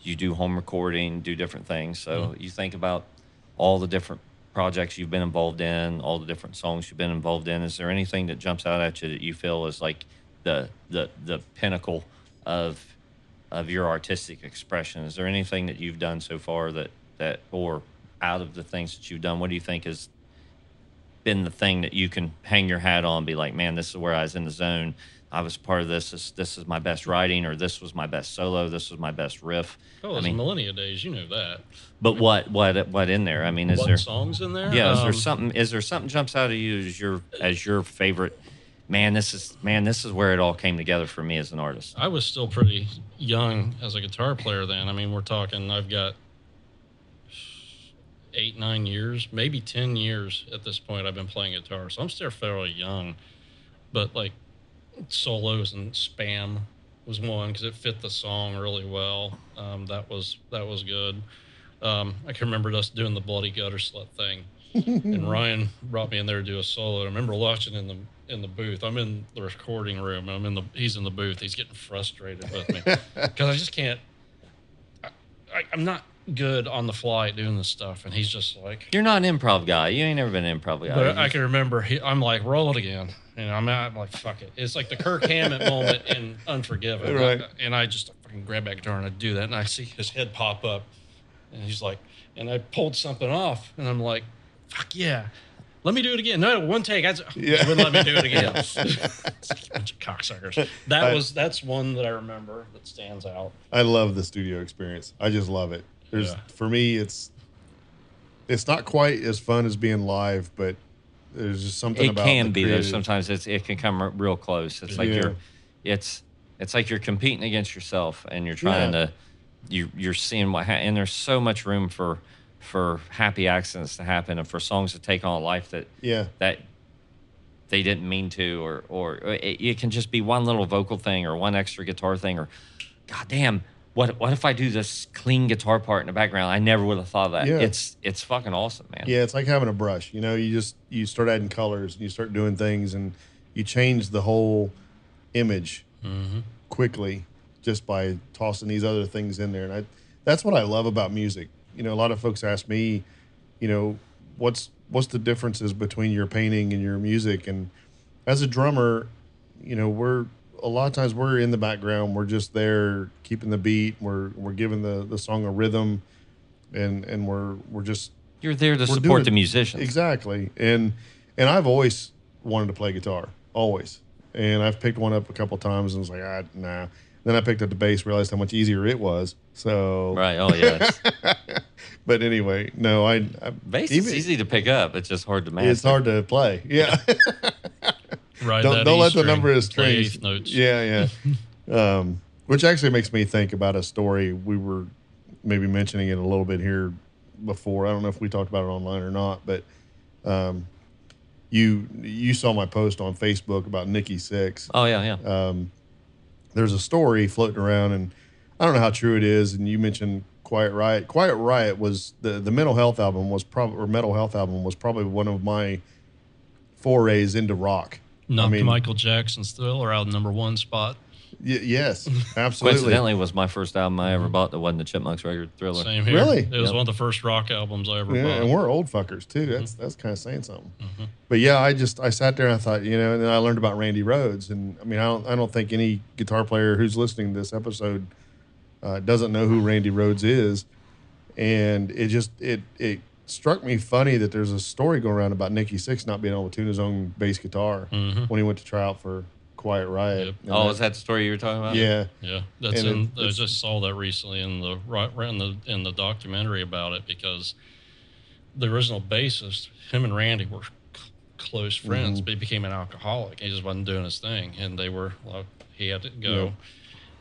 Speaker 2: you do home recording, do different things. So you think about all the different projects you've been involved in, all the different songs you've been involved in. Is there anything that jumps out at you that you feel is like the the the pinnacle of of your artistic expression? Is there anything that you've done so far that that or out of the things that you've done, what do you think has been the thing that you can hang your hat on? And be like, man, this is where I was in the zone. I was part of this. This, this is my best writing, or this was my best solo. This was my best riff.
Speaker 3: Oh,
Speaker 2: I
Speaker 3: it's
Speaker 2: mean,
Speaker 3: millennia days. You know that.
Speaker 2: but what what what in there? I mean, is
Speaker 3: what
Speaker 2: there
Speaker 3: songs in there?
Speaker 2: yeah? Is there
Speaker 3: Um,
Speaker 2: something? Is there something jumps out at you as your as your favorite? Man, this is man, this is where it all came together for me as an artist.
Speaker 3: I was still pretty young as a guitar player then. I mean, we're talking. I've got eight, nine years, maybe ten years at this point. I've been playing guitar, so I'm still fairly young. But like solos and spam was one because it fit the song really well. Um, that was that was good. Um, I can remember us doing the bloody gutter slut thing, and Ryan brought me in there to do a solo. I remember watching in the in the booth. I'm in the recording room. I'm in the he's in the booth. He's getting frustrated with me because I just can't. I, I, I'm not good on the fly at doing this stuff, and he's just like,
Speaker 1: Oh,
Speaker 2: You're not an improv guy. You ain't never been an improv guy.
Speaker 3: but I can remember he, I'm like, roll it again. And I'm out. I'm like, fuck it. It's like the Kirk Hammett moment in Unforgiven.
Speaker 1: Right.
Speaker 3: And I just fucking grab that guitar and I do that, and I see his head pop up, and he's like, and I pulled something off, and I'm like, fuck yeah. Let me do it again. No, one take. I just,
Speaker 1: Yeah.
Speaker 3: wouldn't let me do it again. Bunch of cocksuckers. That
Speaker 1: I-
Speaker 3: was that's one that I remember that stands out.
Speaker 1: I love the studio experience. I just love it. There's
Speaker 3: Yeah.
Speaker 1: for me, it's it's not quite as fun as being live, but there's just something
Speaker 2: it
Speaker 1: about
Speaker 2: can
Speaker 1: the
Speaker 2: be though.
Speaker 1: creative-
Speaker 2: Sometimes it's it can come r- real close. It's like
Speaker 1: Yeah.
Speaker 2: you're, it's it's like you're competing against yourself, and you're trying
Speaker 1: Yeah.
Speaker 2: to, you you're seeing what, ha- and there's so much room for, for happy accidents to happen, and for songs to take on a life that
Speaker 1: Yeah,
Speaker 2: that they didn't mean to, or or it, it can just be one little vocal thing, or one extra guitar thing, or, goddamn. What, what if I do this clean guitar part in the background? I never would have thought of that.
Speaker 1: Yeah.
Speaker 2: It's it's fucking awesome, man.
Speaker 1: yeah. It's like having a brush. You know, you just you start adding colors and you start doing things and you change the whole image quickly just by tossing these other things in there. And I, that's what I love about music. You know, a lot of folks ask me, you know, what's what's the differences between your painting and your music? And as a drummer, you know, we're a lot of times we're in the background. We're just there keeping the beat. We're we're giving the the song a rhythm, and and we're we're just
Speaker 2: You're there to
Speaker 1: We're doing
Speaker 2: support the
Speaker 1: it-
Speaker 2: musicians.
Speaker 1: Exactly. And and I've always wanted to play guitar, always. And I've picked one up a couple times and was like, ah, nah. Then I picked up the bass, realized how much easier it was. So,
Speaker 2: Right. Oh yeah. It's,
Speaker 1: but anyway, no, I, I
Speaker 2: bass is
Speaker 1: even-
Speaker 2: easy to pick up. It's just hard to master.
Speaker 1: It's hard to play. Yeah.
Speaker 3: Right.
Speaker 1: don't don't let the number of
Speaker 3: Play
Speaker 1: strings.
Speaker 3: eighth notes.
Speaker 1: Yeah, yeah. um, which actually makes me think about a story we were maybe mentioning it a little bit here before. I don't know if we talked about it online or not, but um, you you saw my post on Facebook about Nikki Six.
Speaker 2: Oh yeah, yeah.
Speaker 1: Um, there's a story floating around, and I don't know how true it is. And you mentioned Quiet Riot. Quiet Riot was the the mental health album was probably or metal health album was probably one of my forays into rock.
Speaker 3: Knocked
Speaker 1: I mean-
Speaker 3: Michael Jackson still or out number one spot.
Speaker 1: Y- yes, absolutely.
Speaker 2: Coincidentally, was my first album I ever bought that wasn't the Chipmunks record Thriller.
Speaker 3: Same here.
Speaker 1: Really?
Speaker 3: It
Speaker 2: Yep.
Speaker 3: was one of the first rock albums I ever
Speaker 1: Yeah,
Speaker 3: bought. Mm-hmm.
Speaker 1: and we're old fuckers too. That's
Speaker 2: Mm-hmm.
Speaker 1: that's kind of saying something. But yeah, I just I sat there and I thought, you know, and then I learned about Randy Rhodes, and I mean, I don't I don't think any guitar player who's listening to this episode uh, doesn't know who Randy Rhodes is, and it just it it struck me funny that there's a story going around about Nikki Six not being able to tune his own bass guitar
Speaker 3: Mhm.
Speaker 1: when he went to try out for Quiet Riot.
Speaker 3: Yep.
Speaker 1: And
Speaker 2: Mm-hmm. Oh, is that the story you were talking about?
Speaker 1: Yeah,
Speaker 3: Yeah, that's
Speaker 1: And it-
Speaker 3: in. I
Speaker 1: it's-
Speaker 3: just saw that recently in the right right in the in the documentary about it because the original bassist, him and Randy were c- close
Speaker 1: Mm-hmm.
Speaker 3: friends, but he became an alcoholic. He just wasn't doing his thing, and they were like he had to go.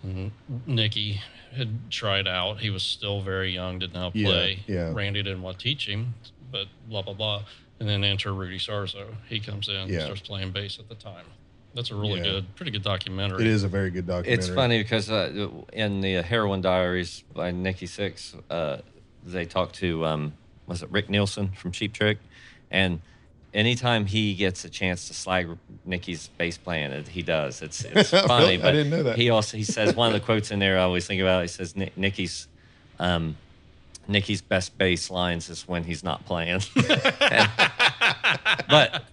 Speaker 3: And Nikki had tried out. He was still very young, didn't know how to
Speaker 1: Yeah,
Speaker 3: play.
Speaker 1: yeah.
Speaker 3: Randy didn't want to teach him, but blah blah blah. And then enter Rudy Sarzo. He comes in,
Speaker 1: Yeah.
Speaker 3: starts playing bass at the time. That's a really
Speaker 1: Yeah.
Speaker 3: good, pretty good documentary.
Speaker 1: it is a very good documentary.
Speaker 2: It's funny because uh, in the Heroin Diaries by Nikki Six, uh, they talked to um, was it Rick Nielsen from Cheap Trick, and anytime he gets a chance to slag Nikki's bass playing, it, he does. It's it's
Speaker 1: Really?
Speaker 2: funny,
Speaker 1: I
Speaker 2: but
Speaker 1: didn't know that.
Speaker 2: he also he says one of the quotes in there I always think about. He says Nick, Nikki's. Um, Nikki's best bass lines is when he's not playing. but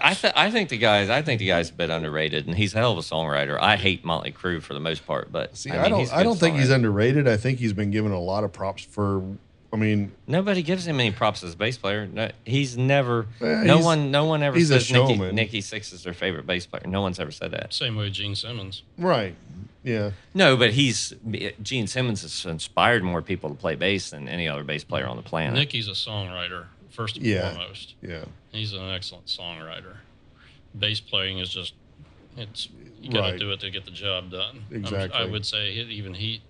Speaker 2: I, th- I think the guys, I think the guy's a bit underrated, and he's a hell of a songwriter. I hate Motley Crue for the most part, but
Speaker 1: See,
Speaker 2: I,
Speaker 1: I,
Speaker 2: mean, he's
Speaker 1: don't
Speaker 2: a
Speaker 1: I
Speaker 2: good
Speaker 1: don't think he's
Speaker 2: songwriter.
Speaker 1: underrated. I think he's been given a lot of props for. I mean,
Speaker 2: Nobody gives him any props as a bass player. No, he's never.
Speaker 1: Well,
Speaker 2: no
Speaker 1: he's-
Speaker 2: one. No one ever
Speaker 1: he's a
Speaker 2: says Nikki,
Speaker 1: showman.
Speaker 2: Nikki Six is their favorite bass player. No one's ever said that.
Speaker 3: Same way with Gene Simmons.
Speaker 1: Right. Yeah.
Speaker 2: No, but he's Gene Simmons has inspired more people to play bass than any other bass player on the planet.
Speaker 3: Nicky's a songwriter, first and
Speaker 1: Yeah.
Speaker 3: foremost.
Speaker 1: Yeah.
Speaker 3: He's an excellent songwriter. Bass playing is just, it's, you got to
Speaker 1: Right.
Speaker 3: do it to get the job done. I'm- I
Speaker 1: Exactly.
Speaker 3: would say he- even he,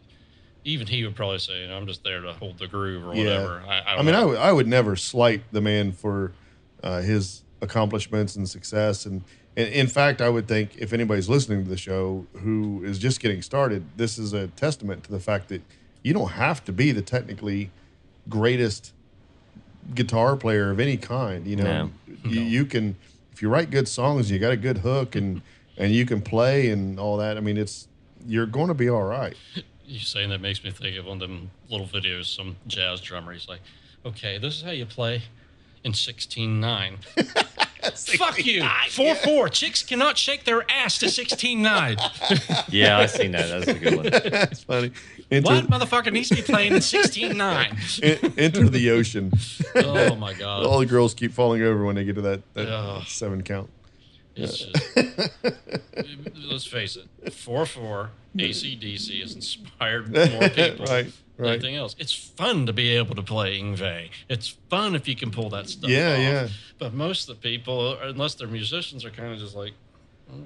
Speaker 3: even he would probably say, I'm just there to hold the groove or
Speaker 1: Yeah.
Speaker 3: whatever. I, I,
Speaker 1: I
Speaker 3: don't
Speaker 1: mean, I
Speaker 3: know.
Speaker 1: would I would never slight the man for uh, his accomplishments and success, and, and in fact, I would think if anybody's listening to the show who is just getting started, this is a testament to the fact that you don't have to be the technically greatest guitar player of any kind. You know,
Speaker 2: No.
Speaker 1: you, you can if you write good songs, you got a good hook, and and you can play and all that. I mean, it's you're going to be all right.
Speaker 3: you saying that makes me think of one of them little videos, some jazz drummer. He's like, okay, this is how you play in 16 9. Fuck you. 4 4. Chicks cannot shake their ass to 16 9.
Speaker 2: Yeah, I've seen that. That's a good one.
Speaker 1: That's funny. Enter,
Speaker 3: What motherfucker needs to be playing in 16 9?
Speaker 1: en- enter the ocean.
Speaker 3: Oh my God.
Speaker 1: All the girls keep falling over when they get to that, that
Speaker 3: Yeah.
Speaker 1: seven count.
Speaker 3: It's just, let's face it, 4 4 ACDC has inspired more people
Speaker 1: Right,
Speaker 3: than
Speaker 1: right.
Speaker 3: anything else. It's fun to be able to play Ingve. It's fun if you can pull that stuff
Speaker 1: Yeah,
Speaker 3: off.
Speaker 1: yeah.
Speaker 3: But most of the people, unless they're musicians, are kind of just like,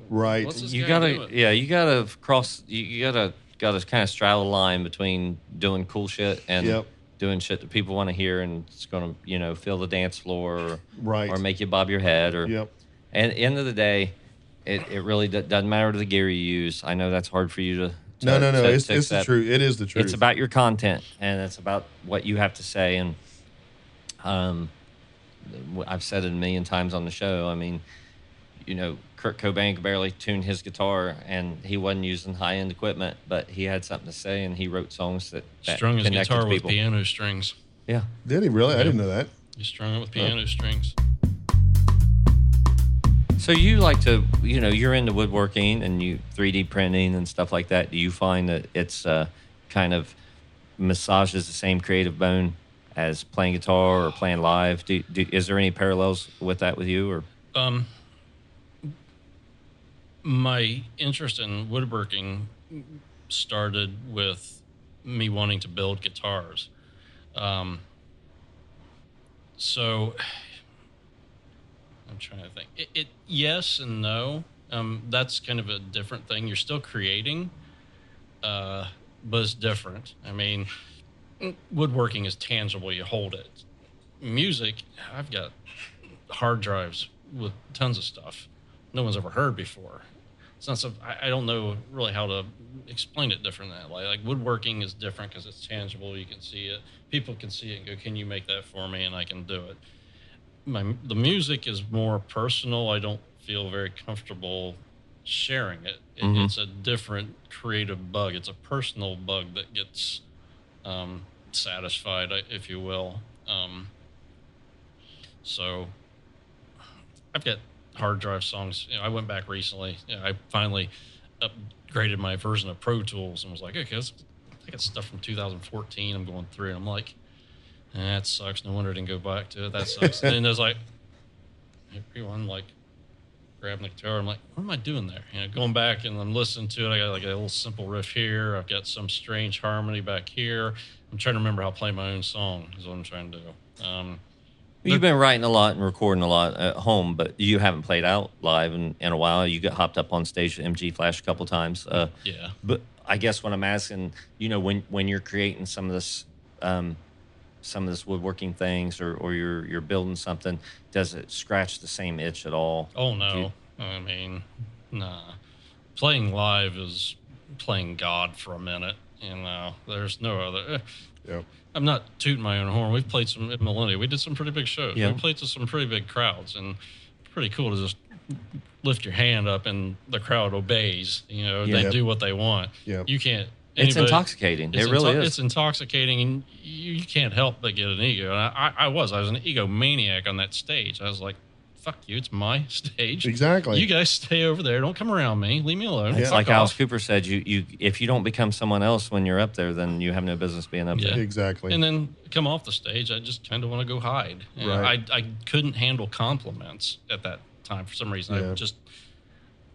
Speaker 1: Right.
Speaker 3: What's this
Speaker 2: You
Speaker 3: guy
Speaker 2: gotta,
Speaker 3: doing?
Speaker 2: yeah, you gotta cross. You, you gotta, gotta kind of straddle the line between doing cool shit and
Speaker 1: Yep.
Speaker 2: doing shit that people want to hear, and it's gonna, you know, fill the dance floor, or,
Speaker 1: Right.
Speaker 2: or make you bob your head, or
Speaker 1: Yep.
Speaker 2: And at the end of the day, it, it really do- doesn't matter the gear you use. I know that's hard for you to. to
Speaker 1: No, no, no.
Speaker 2: to-
Speaker 1: It's,
Speaker 2: to
Speaker 1: it's the
Speaker 2: accept.
Speaker 1: truth. It is the truth.
Speaker 2: It's about your content, and it's about what you have to say. And um, I've said it a million times on the show. I mean, you know, Kurt Cobain could barely tuned his guitar, and he wasn't using high end equipment, but he had something to say, and he wrote songs that, that
Speaker 3: strung his
Speaker 2: connected
Speaker 3: guitar
Speaker 2: to
Speaker 3: with
Speaker 2: people.
Speaker 3: piano strings.
Speaker 2: Yeah,
Speaker 1: Did he really? I didn't know that.
Speaker 3: He strung it with piano strings.
Speaker 2: So you like to, you know, you're into woodworking and you 3D printing and stuff like that. Do you find that it's uh, kind of massages the same creative bone as playing guitar or playing live? Do, do, is there any parallels with that with you? Or
Speaker 3: Um, my interest in woodworking started with me wanting to build guitars. Um, so I'm trying to think. It, it yes and no. Um, that's kind of a different thing. You're still creating, uh, but it's different. I mean, woodworking is tangible. You hold it. Music, I've got hard drives with tons of stuff no one's ever heard before. It's not so I, I don't know really how to explain it different than that. Like, like woodworking is different because it's tangible. You can see it. People can see it and go, "Can you make that for me?" And I can do it. My the music is more personal. I don't feel very comfortable sharing it. it
Speaker 2: Mhm.
Speaker 3: It's a different creative bug. It's a personal bug that gets um, satisfied, I- if you will. Um, so I've got hard drive songs. You know, I went back recently. You know, I finally upgraded my version of Pro Tools and was like, okay, let's- I got stuff from 2014. I'm going through, and I'm like, eh, that sucks. No wonder I didn't go back to it. That sucks. and then there's like, everyone like grabbing the guitar. I'm like, what am I doing there? You know, going back and I'm listening to it. I got like a little simple riff here. I've got some strange harmony back here. I'm trying to remember how to play my own song. Is what I'm trying to do. Um,
Speaker 2: you've been writing a lot and recording a lot at home, but you haven't played out live in, in a while. You got hopped up on stage at MG Flash a couple times. Uh,
Speaker 3: yeah.
Speaker 2: but I guess what I'm asking, you know, when when you're creating some of this, um, some of this woodworking things, or or you're you're building something, does it scratch the same itch at all?
Speaker 3: Oh no. I mean, nah. Playing live is playing God for a minute. You know, there's no other. eh,
Speaker 1: Yep.
Speaker 3: I'm not tooting my own horn. We've played some at Millennia. We did some pretty big shows.
Speaker 2: Yeah.
Speaker 3: We played to some pretty big crowds, and pretty cool to just lift your hand up and the crowd obeys. You know,
Speaker 1: Yeah.
Speaker 3: they do what they want.
Speaker 1: Yep.
Speaker 3: You can't.
Speaker 2: it's
Speaker 3: anybody-
Speaker 2: intoxicating.
Speaker 3: it's
Speaker 2: it really
Speaker 3: into- It's
Speaker 2: is.
Speaker 3: intoxicating, and you, you can't help but get an ego. And I, I, I was, I was an egomaniac on that stage. I was like, "Fuck you! It's my stage.
Speaker 1: Exactly.
Speaker 3: You guys stay over there. Don't come around me. Leave me alone.
Speaker 1: Yeah.
Speaker 2: It's
Speaker 3: Fuck
Speaker 2: like Alice
Speaker 3: off."
Speaker 2: Cooper said, you you if you don't become someone else when you're up there, then you have no business being up there.
Speaker 3: Yeah.
Speaker 1: Exactly.
Speaker 3: And then come off the stage, I just kind of want to go hide. You know,
Speaker 1: Right.
Speaker 3: I, I couldn't handle compliments at that time for some reason.
Speaker 1: Yeah.
Speaker 3: I just,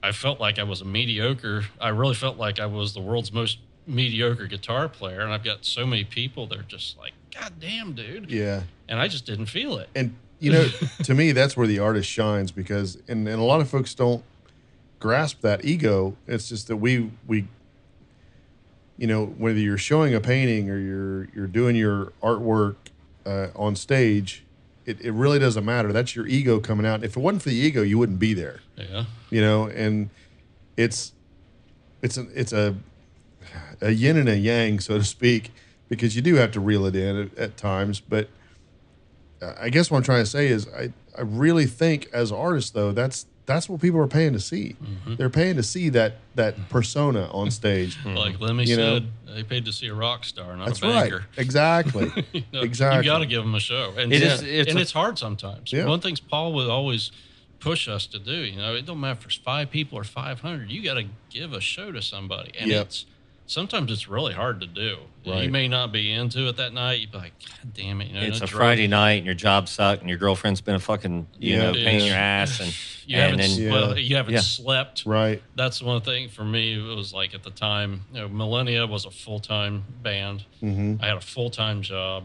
Speaker 3: I felt like I was a mediocre. I really felt like I was the world's most mediocre guitar player. And I've got so many people that are just like, God damn, dude.
Speaker 1: yeah.
Speaker 3: And I just didn't feel it.
Speaker 1: and you know to me that's where the artist shines because and, and a lot of folks don't grasp that ego it's just that we we you know whether you're showing a painting or you're you're doing your artwork uh, on stage it, it really doesn't matter that's your ego coming out if it wasn't for the ego you wouldn't be there
Speaker 3: Yeah.
Speaker 1: you know and it's it's a it's a a yin and a yang so to speak because you do have to reel it in at, at times but uh, i guess what i'm trying to say is i i really think as artists though that's that's what people are paying to see
Speaker 2: Mm-hmm.
Speaker 1: they're paying to see that that persona on stage
Speaker 2: Hmm.
Speaker 3: Like Lemmy
Speaker 1: You know?
Speaker 3: said, they paid to see a rock star, not
Speaker 1: that's
Speaker 3: a
Speaker 1: right
Speaker 3: banker.
Speaker 1: exactly
Speaker 3: you know,
Speaker 1: exactly
Speaker 3: You got to give them a show, and
Speaker 2: It
Speaker 3: just-
Speaker 2: is- it's
Speaker 3: and
Speaker 2: a-
Speaker 3: it's hard sometimes.
Speaker 1: Yeah.
Speaker 3: One thing's Paul would always push us to do. You know, it don't matter if it's five people or five hundred. You got to give a show to somebody, and
Speaker 1: Yep.
Speaker 3: it's sometimes it's really hard to do.
Speaker 1: Right.
Speaker 3: You may not be into it that night. You'd be like, God damn it! You know,
Speaker 2: it's
Speaker 3: no
Speaker 2: a
Speaker 3: drugs.
Speaker 2: Friday night and your job sucked and your girlfriend's been a fucking you
Speaker 1: Yeah.
Speaker 2: know pain in your
Speaker 3: Yeah.
Speaker 2: ass and
Speaker 3: You
Speaker 2: and
Speaker 3: haven't,
Speaker 2: then
Speaker 1: Yeah.
Speaker 3: well, you haven't
Speaker 2: Yeah.
Speaker 3: slept.
Speaker 1: Right.
Speaker 3: That's the one thing for me. It was like at the time, you know, Millennia was a full time band.
Speaker 1: Mm-hmm.
Speaker 3: I had a full time job.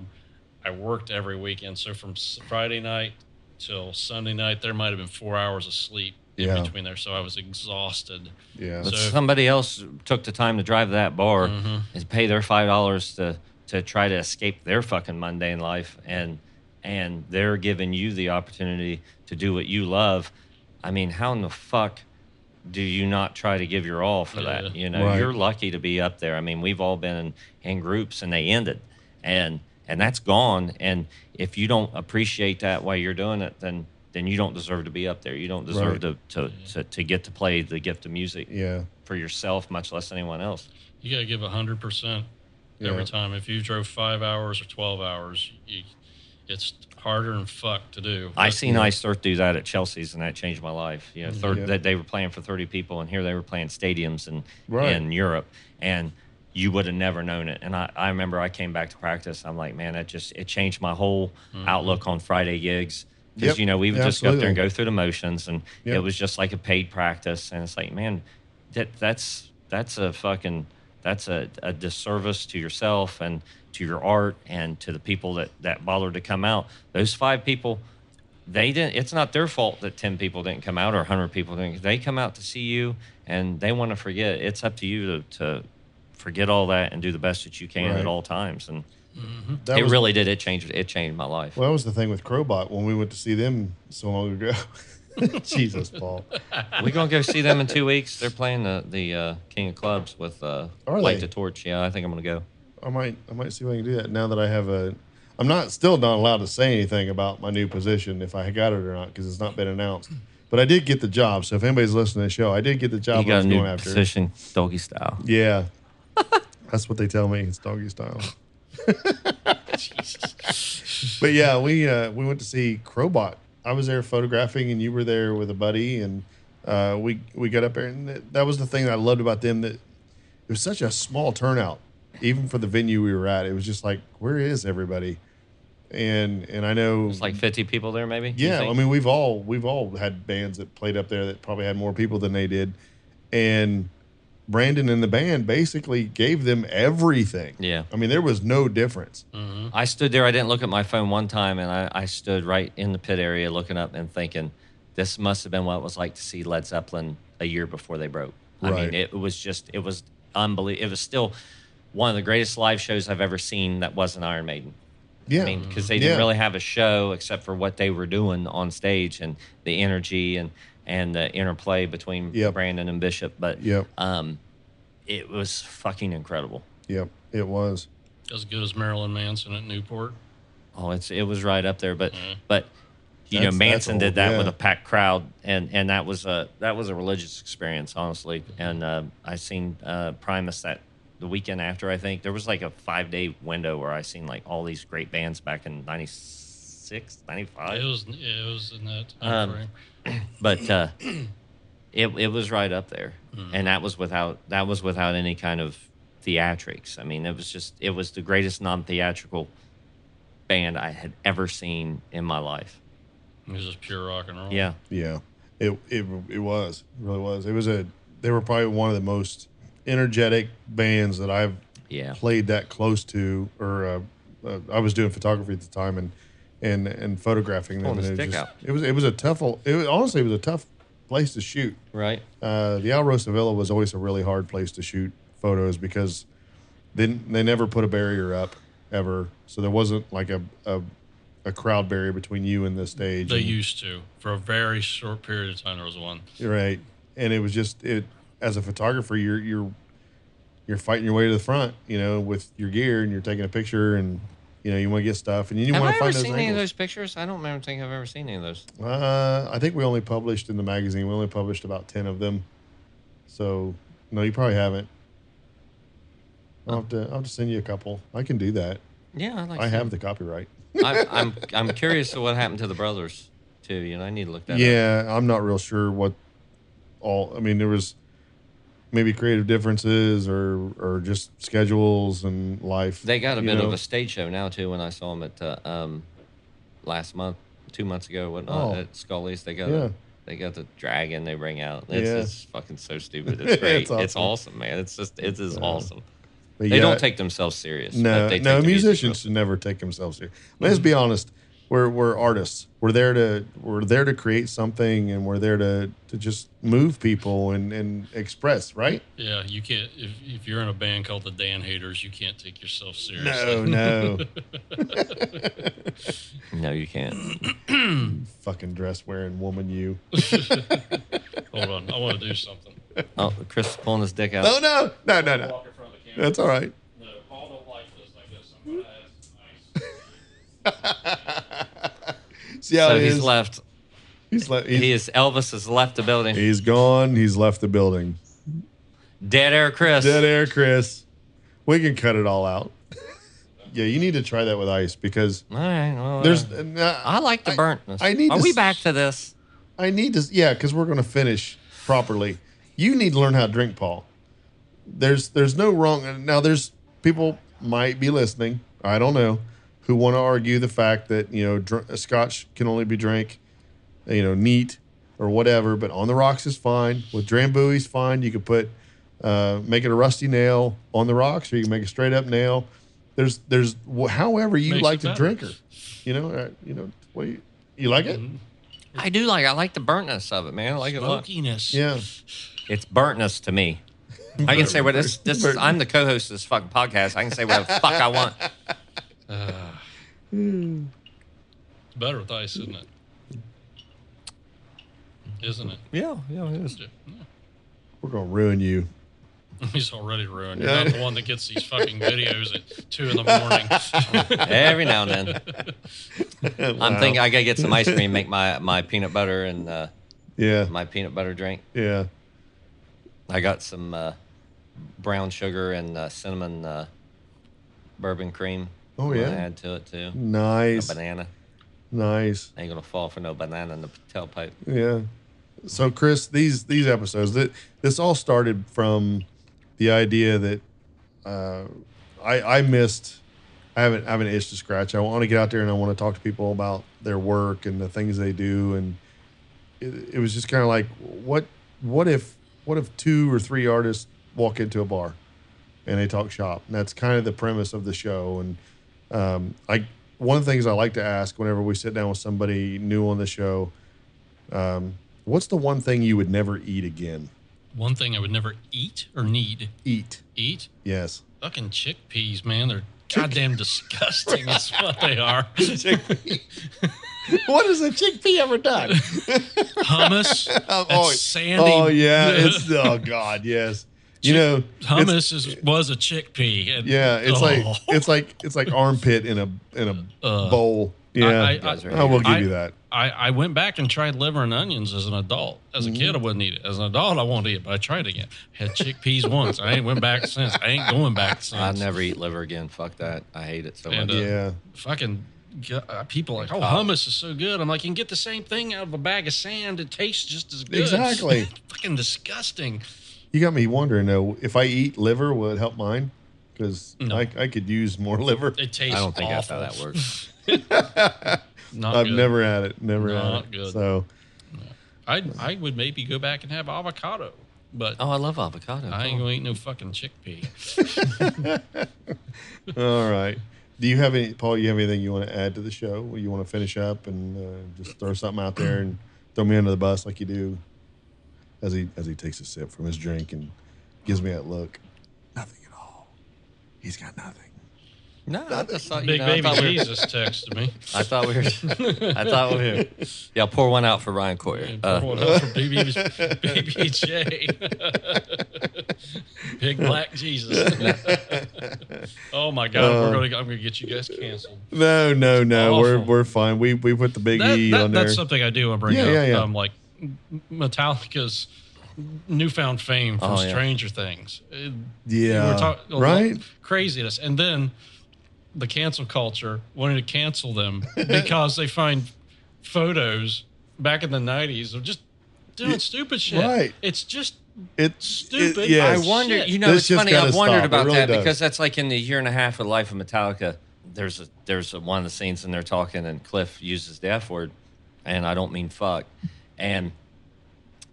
Speaker 3: I worked every weekend. So from s- Friday night till Sunday night, there might have been four hours of sleep in
Speaker 1: Yeah.
Speaker 3: between there. So I was exhausted.
Speaker 1: Yeah.
Speaker 2: but
Speaker 3: So-
Speaker 2: somebody else took the time to drive to that bar
Speaker 3: Mhm.
Speaker 2: and pay their five dollars to to try to escape their fucking mundane life and and they're giving you the opportunity to do what you love. I mean, how in the fuck do you not try to give your all for
Speaker 3: Yeah.
Speaker 2: that? You know,
Speaker 1: Right.
Speaker 2: you're lucky to be up there. I mean, we've all been in, in groups and they ended and and that's gone. And if you don't appreciate that while you're doing it, then then you don't deserve to be up there. You don't deserve to, to, to, to get to play the gift of music
Speaker 1: Yeah.
Speaker 2: for yourself, much less anyone else.
Speaker 3: You got to give 100%
Speaker 1: Yeah.
Speaker 3: every time. If you drove five hours or 12 hours, you, it's harder and fuck to do.
Speaker 2: I
Speaker 3: But-
Speaker 2: seen Ice Earth do that at Chelsea's, and that changed my life. You know, third,
Speaker 1: Yeah.
Speaker 2: that they were playing for thirty people, and here they were playing stadiums in
Speaker 1: Right.
Speaker 2: in Europe, and you would have never known it. And I, I remember I came back to practice. I'm like, man, that just it changed my whole outlook on Friday gigs
Speaker 1: Mm-hmm.
Speaker 2: because
Speaker 1: Yep.
Speaker 2: you know we would just go up there and
Speaker 1: Absolutely.
Speaker 2: go through the motions, and
Speaker 1: Yep.
Speaker 2: it was just like a paid practice. And it's like, man, that that's that's a fucking that's a, a disservice to yourself and to your art and to the people that that bothered to come out. Those five people they didn't it's not their fault that 10 people didn't come out or 100 people didn't they come out to see you and they want to forget it's up to you to, to forget all that and do the best that you can
Speaker 1: Right.
Speaker 2: at all times and
Speaker 1: That
Speaker 2: it
Speaker 1: was,
Speaker 2: really did it changed it changed my life
Speaker 1: Well, that was the thing with Crowbot when we went to see them so long ago. Jesus, Paul.
Speaker 2: we're gonna go see them in two weeks they're playing the the uh, king of clubs with uh
Speaker 1: Are
Speaker 2: light
Speaker 1: they?
Speaker 2: the torch yeah i think i'm gonna go
Speaker 1: I might I might see if I can do that now that I have a. I'm not still not allowed to say anything about my new position if I got it or not because it's not been announced. But I did get the job, so if anybody's listening to the show, I did get the
Speaker 2: you
Speaker 1: job. I
Speaker 2: got
Speaker 1: was
Speaker 2: a new
Speaker 1: going after.
Speaker 2: position doggy style
Speaker 1: Yeah, that's what they tell me. It's doggy style. but yeah, we uh, we went to see Crowbot. I was there photographing, and you were there with a buddy, and uh, we we got up there, and that- that was the thing that I loved about them that it was such a small turnout, even for the venue we were at. It was just like, where is everybody? And and I know
Speaker 2: it's like 50 people there maybe you
Speaker 1: yeah,
Speaker 2: think?
Speaker 1: I mean we've all we've all had bands that played up there that probably had more people than they did, and Brandon and the band basically gave them everything.
Speaker 2: yeah Mm.
Speaker 1: I mean there was no difference.
Speaker 2: I stood there. I didn't look at my phone one time, and I, I stood right in the pit area looking up and thinking, this must have been what it was like to see Led Zeppelin a year before they broke. I
Speaker 1: Right.
Speaker 2: mean, it was just, it was unbelievable. It was still one of the greatest live shows I've ever seen that wasn't Iron Maiden.
Speaker 1: Yeah, Mm-hmm.
Speaker 2: I mean, because they didn't
Speaker 1: Yeah.
Speaker 2: really have a show except for what they were doing on stage and the energy and and the interplay between
Speaker 1: Yep.
Speaker 2: Brandon and Bishop. But
Speaker 1: Yep.
Speaker 2: um, it was fucking incredible.
Speaker 1: yep, it was.
Speaker 3: as good as Marilyn Manson at Newport.
Speaker 2: Oh, it's it was right up there, but but you
Speaker 1: That's-
Speaker 2: know
Speaker 1: that's
Speaker 2: Manson
Speaker 1: old,
Speaker 2: did that
Speaker 1: yeah.
Speaker 2: with a packed crowd, and and that was a that was a religious experience, honestly. And uh, I seen uh, Primus that the weekend after. I think there was like a five day window where I seen like all these great bands back in 96, 95
Speaker 3: It was it was in that time
Speaker 2: Um,
Speaker 3: frame.
Speaker 2: but uh, it it was right up there, and that was without that was without any kind of theatrics. I mean, it was just it was the greatest non theatrical band I had ever seen in my life.
Speaker 3: It was just pure rock and roll.
Speaker 2: Yeah,
Speaker 1: Yeah, it it it was it really was. It was a they were probably one of the most energetic bands that I've
Speaker 2: yeah.
Speaker 1: played that close to, or uh, uh, I was doing photography at the time and and and photographing them.
Speaker 2: Pulling
Speaker 1: and
Speaker 2: the
Speaker 1: it, was
Speaker 2: stick
Speaker 1: just-
Speaker 2: out.
Speaker 1: it was it was a tough. ol- It was, honestly it was a tough place to shoot.
Speaker 2: Right.
Speaker 1: Uh, the Alrosa Villa was always a really hard place to shoot photos because they didn't- they never put a barrier up ever, so there wasn't like a a, a crowd barrier between you and the stage.
Speaker 3: They
Speaker 1: and-
Speaker 3: used to. For a very short period of time, there was one.
Speaker 1: You're right. And it was just it as a photographer, you're you're you're fighting your way to the front, you know, with your gear and you're taking a picture and you know you want to get stuff and you
Speaker 2: Have
Speaker 1: want
Speaker 2: I
Speaker 1: to
Speaker 2: ever
Speaker 1: find those
Speaker 2: seen any of
Speaker 1: angles.
Speaker 2: those pictures? I don't remember think I've ever seen any of those.
Speaker 1: Uh, I think we only published in the magazine. We only published about ten of them. So no, you probably haven't. I'll have to I'll have to send you a couple. I can do that.
Speaker 2: Yeah, I like.
Speaker 1: I have the copyright.
Speaker 2: I, I'm I'm curious to what happened to the brothers. too. You know, I need to look that up.
Speaker 1: yeah, I'm not real sure what all. I mean, there was maybe creative differences or or just schedules and life.
Speaker 2: They got a
Speaker 1: you
Speaker 2: bit
Speaker 1: know?
Speaker 2: of a stage show now too. When I saw them at uh, um, last month, two months ago, whatnot
Speaker 1: Oh.
Speaker 2: at Scully's, they got
Speaker 1: Yeah.
Speaker 2: a, they got the dragon they bring out. It's,
Speaker 1: Yeah.
Speaker 2: it's fucking so stupid. It's great. it's, awesome.
Speaker 1: awesome.
Speaker 2: man. It's just it is
Speaker 1: Yeah.
Speaker 2: awesome.
Speaker 1: But
Speaker 2: They
Speaker 1: yeah,
Speaker 2: don't take themselves serious.
Speaker 1: no
Speaker 2: but they
Speaker 1: no
Speaker 2: take the music
Speaker 1: musicians
Speaker 2: real-
Speaker 1: should never take themselves serious.
Speaker 2: Mm-hmm.
Speaker 1: Let's be honest. We're we're artists. We're there to we're there to create something, and we're there to to just move people and and express. Right?
Speaker 3: Yeah, you can't. If, if you're in a band called the Dan Haters, you can't take yourself
Speaker 1: No,
Speaker 3: seriously.
Speaker 1: no.
Speaker 2: No, you can't.
Speaker 1: Fucking dress wearing woman, you.
Speaker 3: Hold on, I want to do something.
Speaker 2: Oh, Chris is pulling his dick out.
Speaker 1: No, no, no, no, no.
Speaker 3: Walk in front of the camera.
Speaker 1: That's all right.
Speaker 3: No, Paul don't like this like this. I'm gonna ask. Nice.
Speaker 1: See how
Speaker 2: So
Speaker 1: it
Speaker 2: he's
Speaker 1: is?
Speaker 2: left.
Speaker 1: He's le- he's,
Speaker 2: He is Elvis has left the building.
Speaker 1: he's gone. He's left the building.
Speaker 2: Dead air, Chris.
Speaker 1: Dead air, Chris. We can cut it all out. yeah, you need to try that with ice because
Speaker 2: All right. Well,
Speaker 1: there's.
Speaker 2: uh,
Speaker 1: Uh,
Speaker 2: I like the burntness.
Speaker 1: I need
Speaker 2: Are
Speaker 1: to
Speaker 2: we
Speaker 1: s-
Speaker 2: back to this?
Speaker 1: I need to. Yeah, because we're going to finish properly. You need to learn how to drink, Paul. There's there's no wrong. uh, Now there's people might be listening. I don't know who want to argue the fact that you know dr- uh, Scotch can only be drank, you know, neat or whatever. But on the rocks is fine. With Drambuie's fine. You could put uh, make it a rusty nail on the rocks, or you can make a straight up nail. There's there's wh- however you
Speaker 3: Makes
Speaker 1: like
Speaker 3: it
Speaker 1: to
Speaker 3: better.
Speaker 1: drink her. You know, uh, you know what you, you like
Speaker 3: Mm-hmm.
Speaker 1: it.
Speaker 2: I do like. I like the burntness of it, man. I like it a lot.
Speaker 3: Smokiness.
Speaker 1: Yeah.
Speaker 2: It's burntness to me. I can say what this. This is, I'm the co-host of this fucking podcast. I can say whatever the fuck I want.
Speaker 3: Ah. It's better with ice, isn't it? Isn't it?
Speaker 2: Yeah, yeah, it is.
Speaker 3: Yeah.
Speaker 1: We're gonna ruin you.
Speaker 3: He's already ruined.
Speaker 1: Yeah.
Speaker 3: You're not the one that gets these fucking videos at two in the morning.
Speaker 2: Every now and then, I'm
Speaker 1: Wow.
Speaker 2: thinking I gotta get some ice cream, make my my peanut butter and uh,
Speaker 1: Yeah,
Speaker 2: my peanut butter drink.
Speaker 1: yeah.
Speaker 2: I got some uh, brown sugar and uh, cinnamon uh, bourbon cream.
Speaker 1: Oh,
Speaker 2: I'm gonna
Speaker 1: yeah.
Speaker 2: add to it too. A
Speaker 1: Nice,
Speaker 2: banana.
Speaker 1: nice.
Speaker 2: Ain't gonna fall for no banana in the tailpipe.
Speaker 1: Yeah. So, Chris, these these episodes that this all started from the idea that uh, I I missed. I haven't I have an itch to scratch. I want to get out there and I want to talk to people about their work and the things they do. And it, it was just kind of like, what what if what if two or three artists walk into a bar and they talk shop? And that's kind of the premise of the show. And um, I one of the things I like to ask whenever we sit down with somebody new on the show um, what's the one thing you would never eat again?
Speaker 3: One thing I would never eat or need
Speaker 1: Eat.
Speaker 3: eat
Speaker 1: Yes.
Speaker 3: fucking chickpeas, man. They're goddamn disgusting. That's what they are.
Speaker 1: what has a chickpea ever done?
Speaker 3: Hummus.
Speaker 1: Oh,
Speaker 3: That's
Speaker 1: oh,
Speaker 3: sandy.
Speaker 1: Oh yeah. It's oh god, yes. You
Speaker 3: Chick-
Speaker 1: know, it's-
Speaker 3: Hummus is, was a chickpea. And,
Speaker 1: yeah, it's like
Speaker 3: Oh.
Speaker 1: it's like it's like armpit in a in a
Speaker 3: Uh,
Speaker 1: bowl. Yeah.
Speaker 3: I-
Speaker 1: I,
Speaker 3: I-
Speaker 1: will give
Speaker 3: I-
Speaker 1: you that.
Speaker 3: I, I went back and tried liver and onions as an adult. As a kid,
Speaker 1: Mm-hmm.
Speaker 3: I wouldn't eat it. As an adult, I won't eat it, but I tried it again. Had chickpeas once. I ain't went back since. I ain't going back since.
Speaker 2: I never eat liver again. Fuck that. I hate it so
Speaker 3: And,
Speaker 2: much.
Speaker 3: uh,
Speaker 1: yeah.
Speaker 3: Fucking gu- uh, people like, oh, hummus is so good. I'm like, you can get the same thing out of a bag of sand. It tastes just as good.
Speaker 1: Exactly.
Speaker 3: fucking disgusting.
Speaker 1: You got me wondering though, if I eat liver, will it help mine? Because
Speaker 3: No.
Speaker 1: I, I could use more liver.
Speaker 3: It tastes.
Speaker 2: I don't think
Speaker 3: awful.
Speaker 2: that's how that works.
Speaker 3: Not
Speaker 1: I've
Speaker 3: good.
Speaker 1: never had it. Never had
Speaker 3: Not
Speaker 1: it.
Speaker 3: good.
Speaker 1: So
Speaker 3: I I would maybe go back and have avocado, but
Speaker 2: Oh, I love avocado.
Speaker 3: I ain't
Speaker 2: Cool.
Speaker 3: gonna eat no fucking chickpea.
Speaker 1: All right. Do you have any, Paul? You have anything you want to add to the show? You want to finish up and uh, just throw something out there and throw me under the bus like you do, as he as he takes a sip from his drink and gives me that look. Nothing at all. He's got nothing.
Speaker 2: No, I just thought you
Speaker 3: Big
Speaker 2: know, I
Speaker 3: baby
Speaker 2: thought we were-
Speaker 3: Jesus texted me.
Speaker 2: I thought we were. I thought we were. Yeah, pour one out for Ryan Coyer.
Speaker 3: And pour
Speaker 2: Uh,
Speaker 3: one out for BB, BBJ. Big black Jesus. oh my God, we're gonna, I'm going to get you guys canceled.
Speaker 1: No, no, no. We're
Speaker 3: Awful.
Speaker 1: we're fine. We we put the big
Speaker 3: That,
Speaker 1: E
Speaker 3: that-
Speaker 1: on there.
Speaker 3: that's something I do want to bring
Speaker 1: Yeah,
Speaker 3: up.
Speaker 1: yeah, yeah.
Speaker 3: Um, like Metallica's newfound fame from
Speaker 2: Oh, yeah.
Speaker 3: Stranger Things. It-
Speaker 1: yeah.
Speaker 3: we were talk-
Speaker 1: right.
Speaker 3: Craziness. And then the cancel culture wanted to cancel them because they find photos back in the '90s of just doing
Speaker 1: Yeah,
Speaker 3: stupid shit.
Speaker 1: right.
Speaker 3: It's just
Speaker 1: It's
Speaker 3: Stupid.
Speaker 1: It, yes.
Speaker 2: I wonder.
Speaker 3: Shit.
Speaker 2: You know,
Speaker 1: This
Speaker 2: it's
Speaker 1: just
Speaker 2: funny.
Speaker 1: gotta
Speaker 2: I've wondered
Speaker 1: stop. It
Speaker 2: about
Speaker 1: really
Speaker 2: that
Speaker 1: does.
Speaker 2: because that's like in the year and a half of life of Metallica. There's a there's a, one of the scenes and they're talking and Cliff uses the F word, and I don't mean fuck. And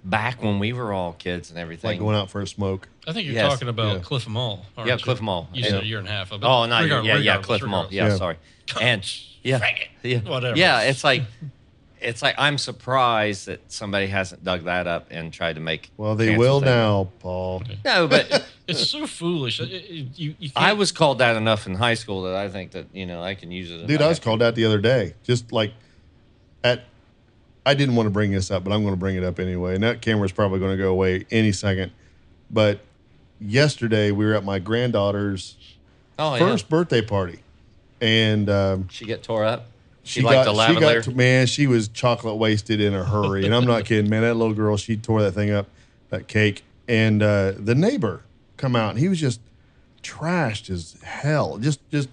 Speaker 2: back when we were all kids and
Speaker 1: like
Speaker 2: everything,
Speaker 1: going out for a smoke.
Speaker 3: I think you're
Speaker 2: Yes.
Speaker 3: talking about
Speaker 1: Yeah.
Speaker 3: Cliff Mall. aren't
Speaker 2: Yeah,
Speaker 3: you?
Speaker 2: Cliff Mall.
Speaker 3: You said
Speaker 2: Yeah.
Speaker 3: a year and a half. ago.
Speaker 2: Oh, not
Speaker 3: Regard-
Speaker 2: yeah, yeah,
Speaker 3: regardless,
Speaker 2: Cliff Mall.
Speaker 3: regardless.
Speaker 2: Yeah,
Speaker 1: Yeah.
Speaker 2: sorry. And yeah,
Speaker 3: Faggot.
Speaker 2: yeah,
Speaker 3: Whatever.
Speaker 2: Yeah, it's like it's like I'm surprised that somebody hasn't dug that up and tried to make.
Speaker 1: Well, they
Speaker 2: cancel
Speaker 1: will
Speaker 2: things.
Speaker 1: now, Paul.
Speaker 2: No, but
Speaker 3: It's so foolish. It- it- you- you
Speaker 2: I
Speaker 3: can't-
Speaker 2: was called that enough in high school that I think that you know I can use it. in
Speaker 1: Dude,
Speaker 2: my
Speaker 1: I was
Speaker 2: life.
Speaker 1: called out the other day. Just like at, I didn't want to bring this up, but I'm going to bring it up anyway. And that camera's probably going to go away any second. But yesterday we were at my granddaughter's
Speaker 2: Oh, yeah.
Speaker 1: first birthday party, and um,
Speaker 2: She get tore up. She,
Speaker 1: she, got
Speaker 2: liked the
Speaker 1: she
Speaker 2: lavender.
Speaker 1: got to, man, she was chocolate wasted in a hurry, and I'm not kidding, man. That little girl, she tore that thing up, that cake, and uh, the neighbor come out, and he was just trashed as hell, just just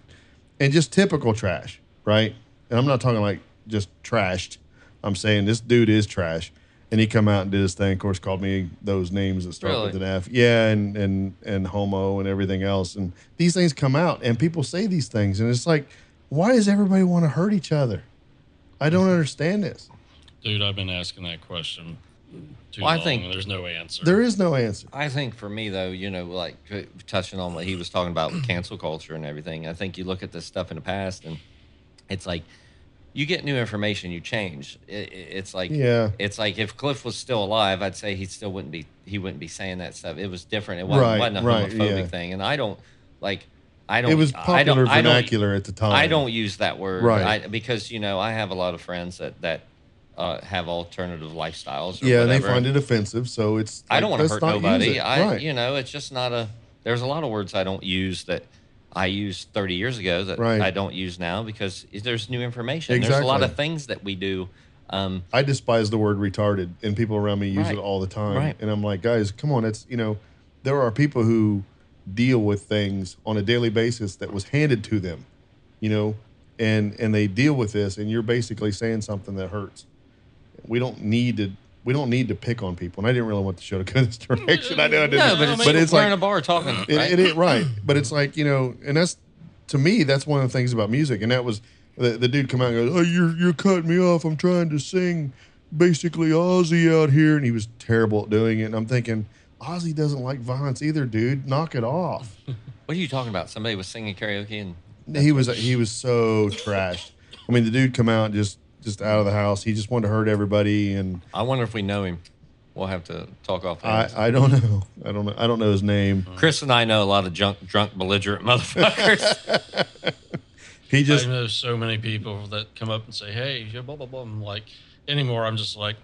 Speaker 1: and just typical trash, right? And I'm not talking like just trashed. I'm saying this dude is trash. And he come out and did his thing. Of course, called me those names that start with
Speaker 2: Really?
Speaker 1: an F. Yeah, and and and homo and everything else. And these things come out, and people say these things, and it's like, why does everybody want to hurt each other? I don't understand this.
Speaker 3: dude. I've been asking that question too
Speaker 2: Well, I
Speaker 3: long.
Speaker 2: think-
Speaker 3: and there's no answer.
Speaker 1: There is no answer.
Speaker 2: I think for me though, you know, like t- touching on what he was talking about with cancel culture and everything. I think you look at this stuff in the past, and it's like you get new information, you change. It, it- it's like
Speaker 1: Yeah.
Speaker 2: it's like if Cliff was still alive, I'd say he still wouldn't be he wouldn't be saying that stuff. It was different. It wasn't,
Speaker 1: Right,
Speaker 2: wasn't a
Speaker 1: right,
Speaker 2: homophobic
Speaker 1: yeah.
Speaker 2: thing, and I don't like. I don't.
Speaker 1: It was
Speaker 2: I don't,
Speaker 1: popular
Speaker 2: I don't-
Speaker 1: vernacular at the time.
Speaker 2: I don't use that word,
Speaker 1: Right.
Speaker 2: I, because you know I have a lot of friends that that uh, have alternative lifestyles. Or
Speaker 1: Yeah,
Speaker 2: whatever.
Speaker 1: they find it offensive, so it's.
Speaker 2: I don't
Speaker 1: like,
Speaker 2: want to
Speaker 1: let's
Speaker 2: hurt
Speaker 1: not use
Speaker 2: nobody.
Speaker 1: it.
Speaker 2: I,
Speaker 1: right.
Speaker 2: you know, it's just not a. There's a lot of words I don't use that I used 30 years ago that
Speaker 1: Right.
Speaker 2: I don't use now because there's new information. There's a lot
Speaker 1: Exactly.
Speaker 2: of things that we do. Um,
Speaker 1: I despise the word retarded, and people around me use
Speaker 2: Right.
Speaker 1: it all the time.
Speaker 2: Right.
Speaker 1: And I'm like, guys, come on, it's you know, there are people who deal with things on a daily basis that was handed to them, you know, and and they deal with this, and you're basically saying something that hurts. We don't need to. We don't need to pick on people, and I didn't really want the show to go this direction. I know I didn't,
Speaker 2: no, but it's, Uh-huh.
Speaker 1: but it's
Speaker 2: we're
Speaker 1: like
Speaker 2: in a bar talking.
Speaker 1: it,
Speaker 2: right?
Speaker 1: it ain't right. But it's like you know, and that's to me, that's one of the things about music. And that was the, the dude come out and goes, "Oh, you're you're cutting me off. I'm trying to sing basically Ozzy out here," and he was terrible at doing it. And I'm thinking, Ozzy doesn't like violence either, dude. Knock it off.
Speaker 2: what are you talking about? Somebody was singing karaoke and
Speaker 1: he was he was so trashed. I mean, the dude come out just just out of the house. He just wanted to hurt everybody, and
Speaker 2: I wonder if we know him. We'll have to talk off.
Speaker 1: I
Speaker 2: air.
Speaker 1: I don't know. I don't know. I don't know his name.
Speaker 2: Chris and I know a lot of junk, drunk, belligerent motherfuckers.
Speaker 1: He just
Speaker 3: I know so many people that come up and say, "Hey, you're blah blah blah." I'm like, anymore, I'm just like,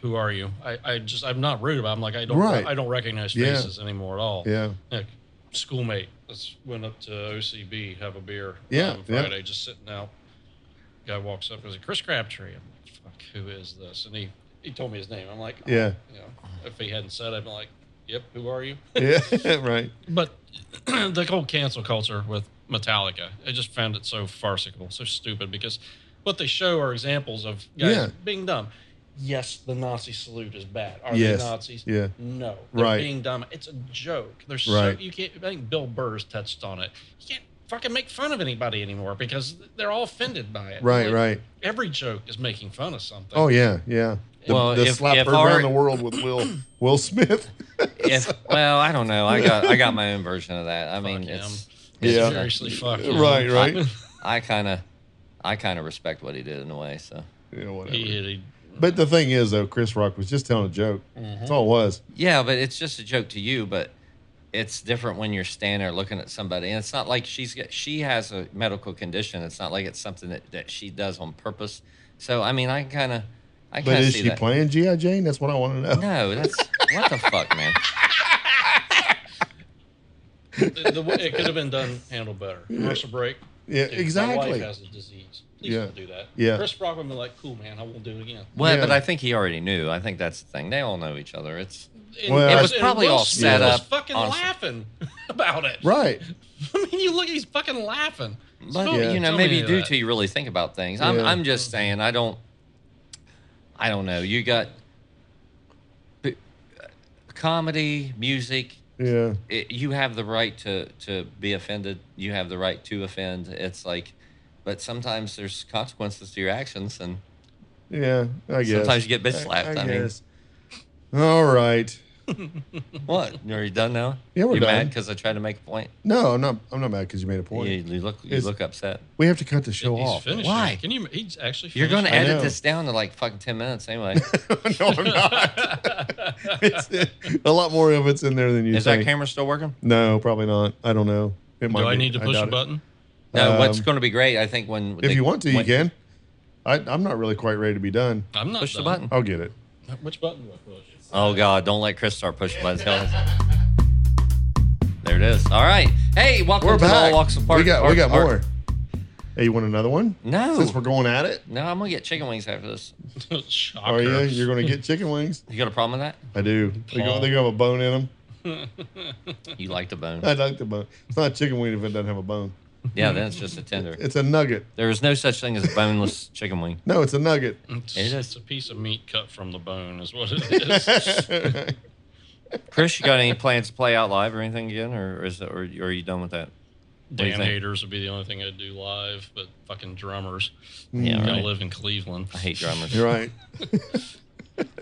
Speaker 3: "Who are you?" I, I just, I'm not rude about. It. I'm like, I don't,
Speaker 1: Right.
Speaker 3: I don't recognize
Speaker 1: Yeah.
Speaker 3: faces anymore at all.
Speaker 1: yeah.
Speaker 3: Heck, schoolmate, let's went up to OCB have a beer.
Speaker 1: Yeah,
Speaker 3: on
Speaker 1: yeah.
Speaker 3: Friday, just sitting out. Guy walks up and says, "Chris Crabtree." I'm like, "Fuck, who is this?" And he, he told me his name. I'm like, oh,
Speaker 1: Yeah.
Speaker 3: You know, if he hadn't said, it, I'd be like, "Yep, who are you?"
Speaker 1: Yeah, right.
Speaker 3: But the whole cancel culture with Metallica, I just found it so farcical, so stupid because what they show are examples of guys
Speaker 1: Yeah.
Speaker 3: being dumb. Yes, the Nazi salute is bad. Are
Speaker 1: Yes,
Speaker 3: they Nazis?
Speaker 1: yeah.
Speaker 3: No. They're
Speaker 1: Right.
Speaker 3: being dumb. It's a joke. There's
Speaker 1: Right.
Speaker 3: so you can't I think Bill Burr's touched on it. You can't fucking make fun of anybody anymore because they're all offended by it.
Speaker 1: Right,
Speaker 3: Like,
Speaker 1: right.
Speaker 3: Every joke is making fun of something.
Speaker 1: Oh yeah, yeah. The,
Speaker 2: Well,
Speaker 1: the
Speaker 2: if-
Speaker 1: slap
Speaker 2: if
Speaker 1: heard
Speaker 2: our-
Speaker 1: around the world with Will Will Smith.
Speaker 2: if, well, I don't know. I got I got my own version of that. I mean,
Speaker 3: him.
Speaker 2: it's, it's
Speaker 1: Yeah.
Speaker 3: Seriously, fuck. him.
Speaker 1: right, right.
Speaker 2: I kind of, I kind of respect what he did in a way. So
Speaker 1: You know, whatever.
Speaker 3: He, he,
Speaker 1: But the thing is, though, Chris Rock was just telling a joke.
Speaker 2: Mm-hmm.
Speaker 1: That's all it was.
Speaker 2: yeah, but it's just a joke to you. But it's different when you're standing there looking at somebody, and it's not like she's got, she has a medical condition. It's not like it's something that, that she does on purpose. So I mean, I kind of, I
Speaker 1: But
Speaker 2: kind of
Speaker 1: is
Speaker 2: see
Speaker 1: she
Speaker 2: that.
Speaker 1: playing GI Jane? That's what I want to know.
Speaker 2: no, that's what the fuck, man.
Speaker 3: the, the, way- it could have been done handled better. Commercial break.
Speaker 1: Yeah,
Speaker 3: Dude, My
Speaker 1: exactly.
Speaker 3: wife has a disease. Please
Speaker 1: Yeah.
Speaker 3: don't do that.
Speaker 1: Yeah.
Speaker 3: Chris Rock would be like, "Cool, man, I won't do it again."
Speaker 2: Well,
Speaker 1: Yeah.
Speaker 2: but I think he already knew. I think that's the thing. They all know each other. It's
Speaker 3: And-
Speaker 1: Well- It
Speaker 2: was
Speaker 3: and
Speaker 2: probably
Speaker 3: Will
Speaker 2: all set
Speaker 3: Smith was
Speaker 2: up,
Speaker 3: Fucking
Speaker 2: honestly.
Speaker 3: laughing about it.
Speaker 1: Right.
Speaker 3: I mean, you look, he's fucking laughing.
Speaker 2: But
Speaker 3: So-
Speaker 1: Yeah.
Speaker 2: you know,
Speaker 3: so
Speaker 2: maybe
Speaker 3: many
Speaker 2: you
Speaker 3: of
Speaker 2: do
Speaker 3: that.
Speaker 2: till you really think about things. I'm
Speaker 1: Yeah.
Speaker 2: I'm just saying I don't I don't know. You got b- comedy, music.
Speaker 1: Yeah.
Speaker 2: It, you have the right to to be offended. You have the right to offend. It's like, but sometimes there's consequences to your actions, and
Speaker 1: Yeah. I guess.
Speaker 2: Sometimes you get bitch slapped, I mean.
Speaker 1: mean. All right.
Speaker 2: what? Are you done now?
Speaker 1: Yeah, we're
Speaker 2: you mad
Speaker 1: done.
Speaker 2: because I tried to make a point.
Speaker 1: No, I'm not. I'm not mad because you made a point.
Speaker 2: You, you look you
Speaker 1: It's-
Speaker 2: look upset.
Speaker 1: We have to cut the show
Speaker 3: he's
Speaker 1: off.
Speaker 3: finished.
Speaker 2: Why?
Speaker 3: Can you? He's actually.
Speaker 2: You're going to
Speaker 1: I know.
Speaker 2: edit this down to like fucking ten minutes anyway.
Speaker 1: no, I'm not. it's, a lot more of it's in there than you
Speaker 2: Is
Speaker 1: think.
Speaker 2: that camera still working?
Speaker 1: no, probably not. I don't know. It might
Speaker 3: Do I
Speaker 1: be.
Speaker 3: need to push
Speaker 1: doubt
Speaker 3: a
Speaker 1: it.
Speaker 3: button?
Speaker 2: No, what's
Speaker 1: Um,
Speaker 2: going to be great? I think when
Speaker 1: If
Speaker 2: they-
Speaker 1: you want to, you
Speaker 2: when-
Speaker 1: can. I, I'm not really quite ready to be done.
Speaker 3: I'm not.
Speaker 2: push the
Speaker 3: done.
Speaker 2: button.
Speaker 1: I'll get it.
Speaker 3: Which button do I push?
Speaker 2: Oh God! Don't let Chris start pushing buttons. Hell, there it is. All right. Hey, welcome
Speaker 1: We're
Speaker 2: to
Speaker 1: back.
Speaker 2: all walks of Park-
Speaker 1: we got we
Speaker 2: Park-
Speaker 1: got
Speaker 2: Park-
Speaker 1: more. Hey, you want another one?
Speaker 2: No.
Speaker 1: Since we're going at it,
Speaker 2: No, I'm gonna get chicken wings after this.
Speaker 3: Shocker.
Speaker 1: are you? Oh, You're going to get chicken wings.
Speaker 2: You got a problem with
Speaker 1: I do. They go,
Speaker 3: Paul.
Speaker 1: they go have a bone in them.
Speaker 2: that? You like the bone?
Speaker 3: Uh,
Speaker 1: I like the bone. It's not a chicken wing if it doesn't have a bone.
Speaker 2: Yeah, then it's just a tender.
Speaker 1: It's a nugget.
Speaker 2: There is no such thing as a boneless chicken wing.
Speaker 1: No, it's a nugget.
Speaker 3: It's,
Speaker 2: It is.
Speaker 3: it's a piece of meat cut from the bone, is what it is.
Speaker 2: Chris, you got any plans to play out live or anything again, or is that, or, or are you done with that? do you
Speaker 3: Damn
Speaker 2: think?
Speaker 3: haters would be the only thing I'd do live, but fucking drummers.
Speaker 2: Yeah,
Speaker 3: I
Speaker 2: right.
Speaker 3: live in Cleveland,
Speaker 2: I hate drummers.
Speaker 1: You're right.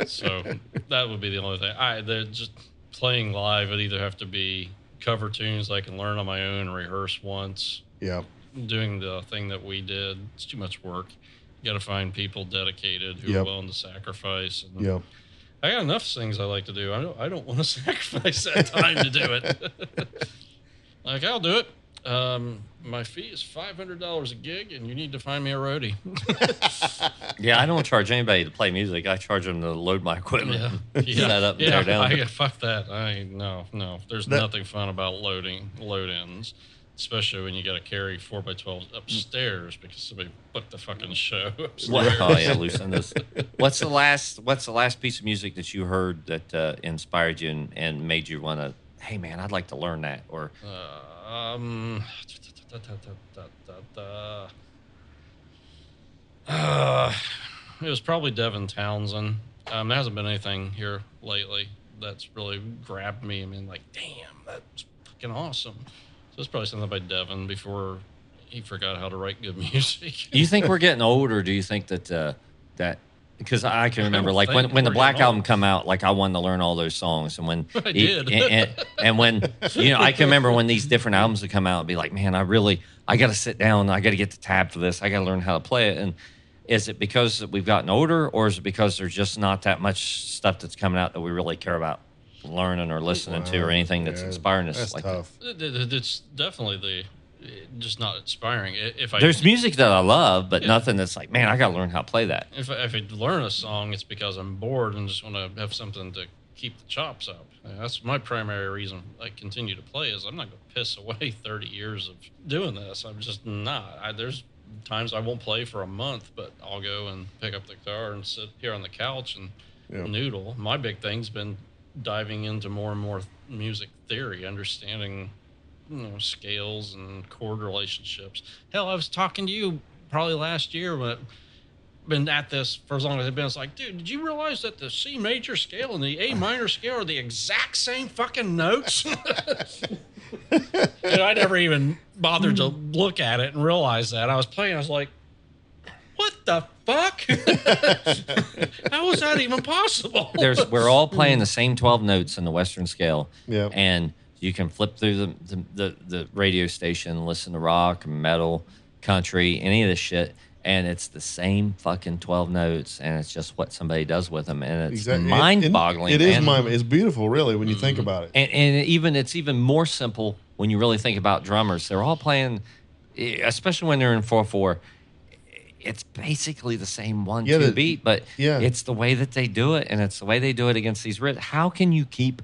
Speaker 3: so that would be the only thing. I they're just playing live. It would either have to be cover tunes I can learn on my own, rehearse once,
Speaker 1: Yeah.
Speaker 3: doing the thing that we did. It's too much work. You got to find people dedicated who
Speaker 1: Yep.
Speaker 3: are willing to sacrifice. And
Speaker 1: Yeah.
Speaker 3: I got enough things I like to do. I don't, I don't want to sacrifice that time to do it. like, I'll do it. Um, my fee is $500 a gig, and you need to find me a roadie.
Speaker 2: Yeah, I don't charge anybody to play music. I charge them to load my equipment,
Speaker 3: yeah.
Speaker 2: and set up, and
Speaker 3: yeah.
Speaker 2: tear down.
Speaker 3: I, fuck that. I No, no. There's
Speaker 1: That-
Speaker 3: nothing fun about loading load ends, especially when you got to carry 4x12s upstairs because somebody booked the fucking show
Speaker 2: What-
Speaker 3: upstairs.
Speaker 2: Oh yeah, loosen this. What's the last? What's the last piece of music that you heard that uh, inspired you and, and made you want to? Hey man, I'd like to learn that. Or
Speaker 3: Um, da, da, da, da, da, da. Uh, it was probably Devin Townsend. Um, there hasn't been anything here lately that's really grabbed me. I mean, like, damn, that's fucking awesome. So it's probably something by Devin before he forgot how to write good music.
Speaker 2: do you think we're getting old, or do you think that uh, that? Because I can remember,
Speaker 3: don't
Speaker 2: like when,
Speaker 3: think
Speaker 2: when the
Speaker 3: we're
Speaker 2: Black
Speaker 3: getting old.
Speaker 2: Album come out, like I wanted to learn all those songs, and when
Speaker 3: I
Speaker 2: it-
Speaker 3: did.
Speaker 2: and, and, and when you know, I can remember when these different albums would come out, and be like, man, I really, I got to sit down, I got to get the tab for this, I got to learn how to play it. And is it because we've gotten older, or is it because there's just not that much stuff that's coming out that we really care about learning or listening to, or anything that's
Speaker 1: Yeah,
Speaker 2: inspiring us?
Speaker 1: That's
Speaker 2: like that?
Speaker 1: tough.
Speaker 3: It- it- It's definitely the it- just not inspiring. I- If I
Speaker 2: There's music that I love, but
Speaker 3: Yeah.
Speaker 2: nothing that's like, man, I got to learn how to play that.
Speaker 3: if I, if I learn a song, it's because I'm bored and just want to have something to keep the chops up. Uh, That's my primary reason I continue to play is I'm not going to piss away 30 years of doing this. I'm just not. I, there's times I won't play for a month, but I'll go and pick up the guitar and sit here on the couch and
Speaker 1: Yeah.
Speaker 3: noodle. My big thing's been diving into more and more music theory, understanding you know, scales and chord relationships. Hell, I was talking to you probably last year, but been at this for as long as I've been. It's like, dude, did you realize that the C major scale and the A minor scale are the exact same fucking notes? and I never even bothered to look at it and realize that. I was playing, I was like, what the fuck? How was that even possible?
Speaker 2: there's we're all playing the same 12 notes in the western scale
Speaker 1: Yeah.
Speaker 2: and you can flip through the the, the the radio station and listen to rock metal country any of this shit and it's the same fucking 12 notes and it's just what somebody does with them and it's
Speaker 1: Exactly. It-
Speaker 2: mind-boggling
Speaker 1: It, it is
Speaker 2: and- Mm-hmm.
Speaker 1: mind. It's beautiful, really, when you think about it.
Speaker 2: and, and even it's even more simple when you really think about drummers. They're all playing, eh, especially when they're in four four. It's basically the same one
Speaker 1: Yeah,
Speaker 2: two
Speaker 1: the-
Speaker 2: beat, but
Speaker 1: yeah.
Speaker 2: it's the way that they do it, and it's the way they do it against these riffs. How can you keep?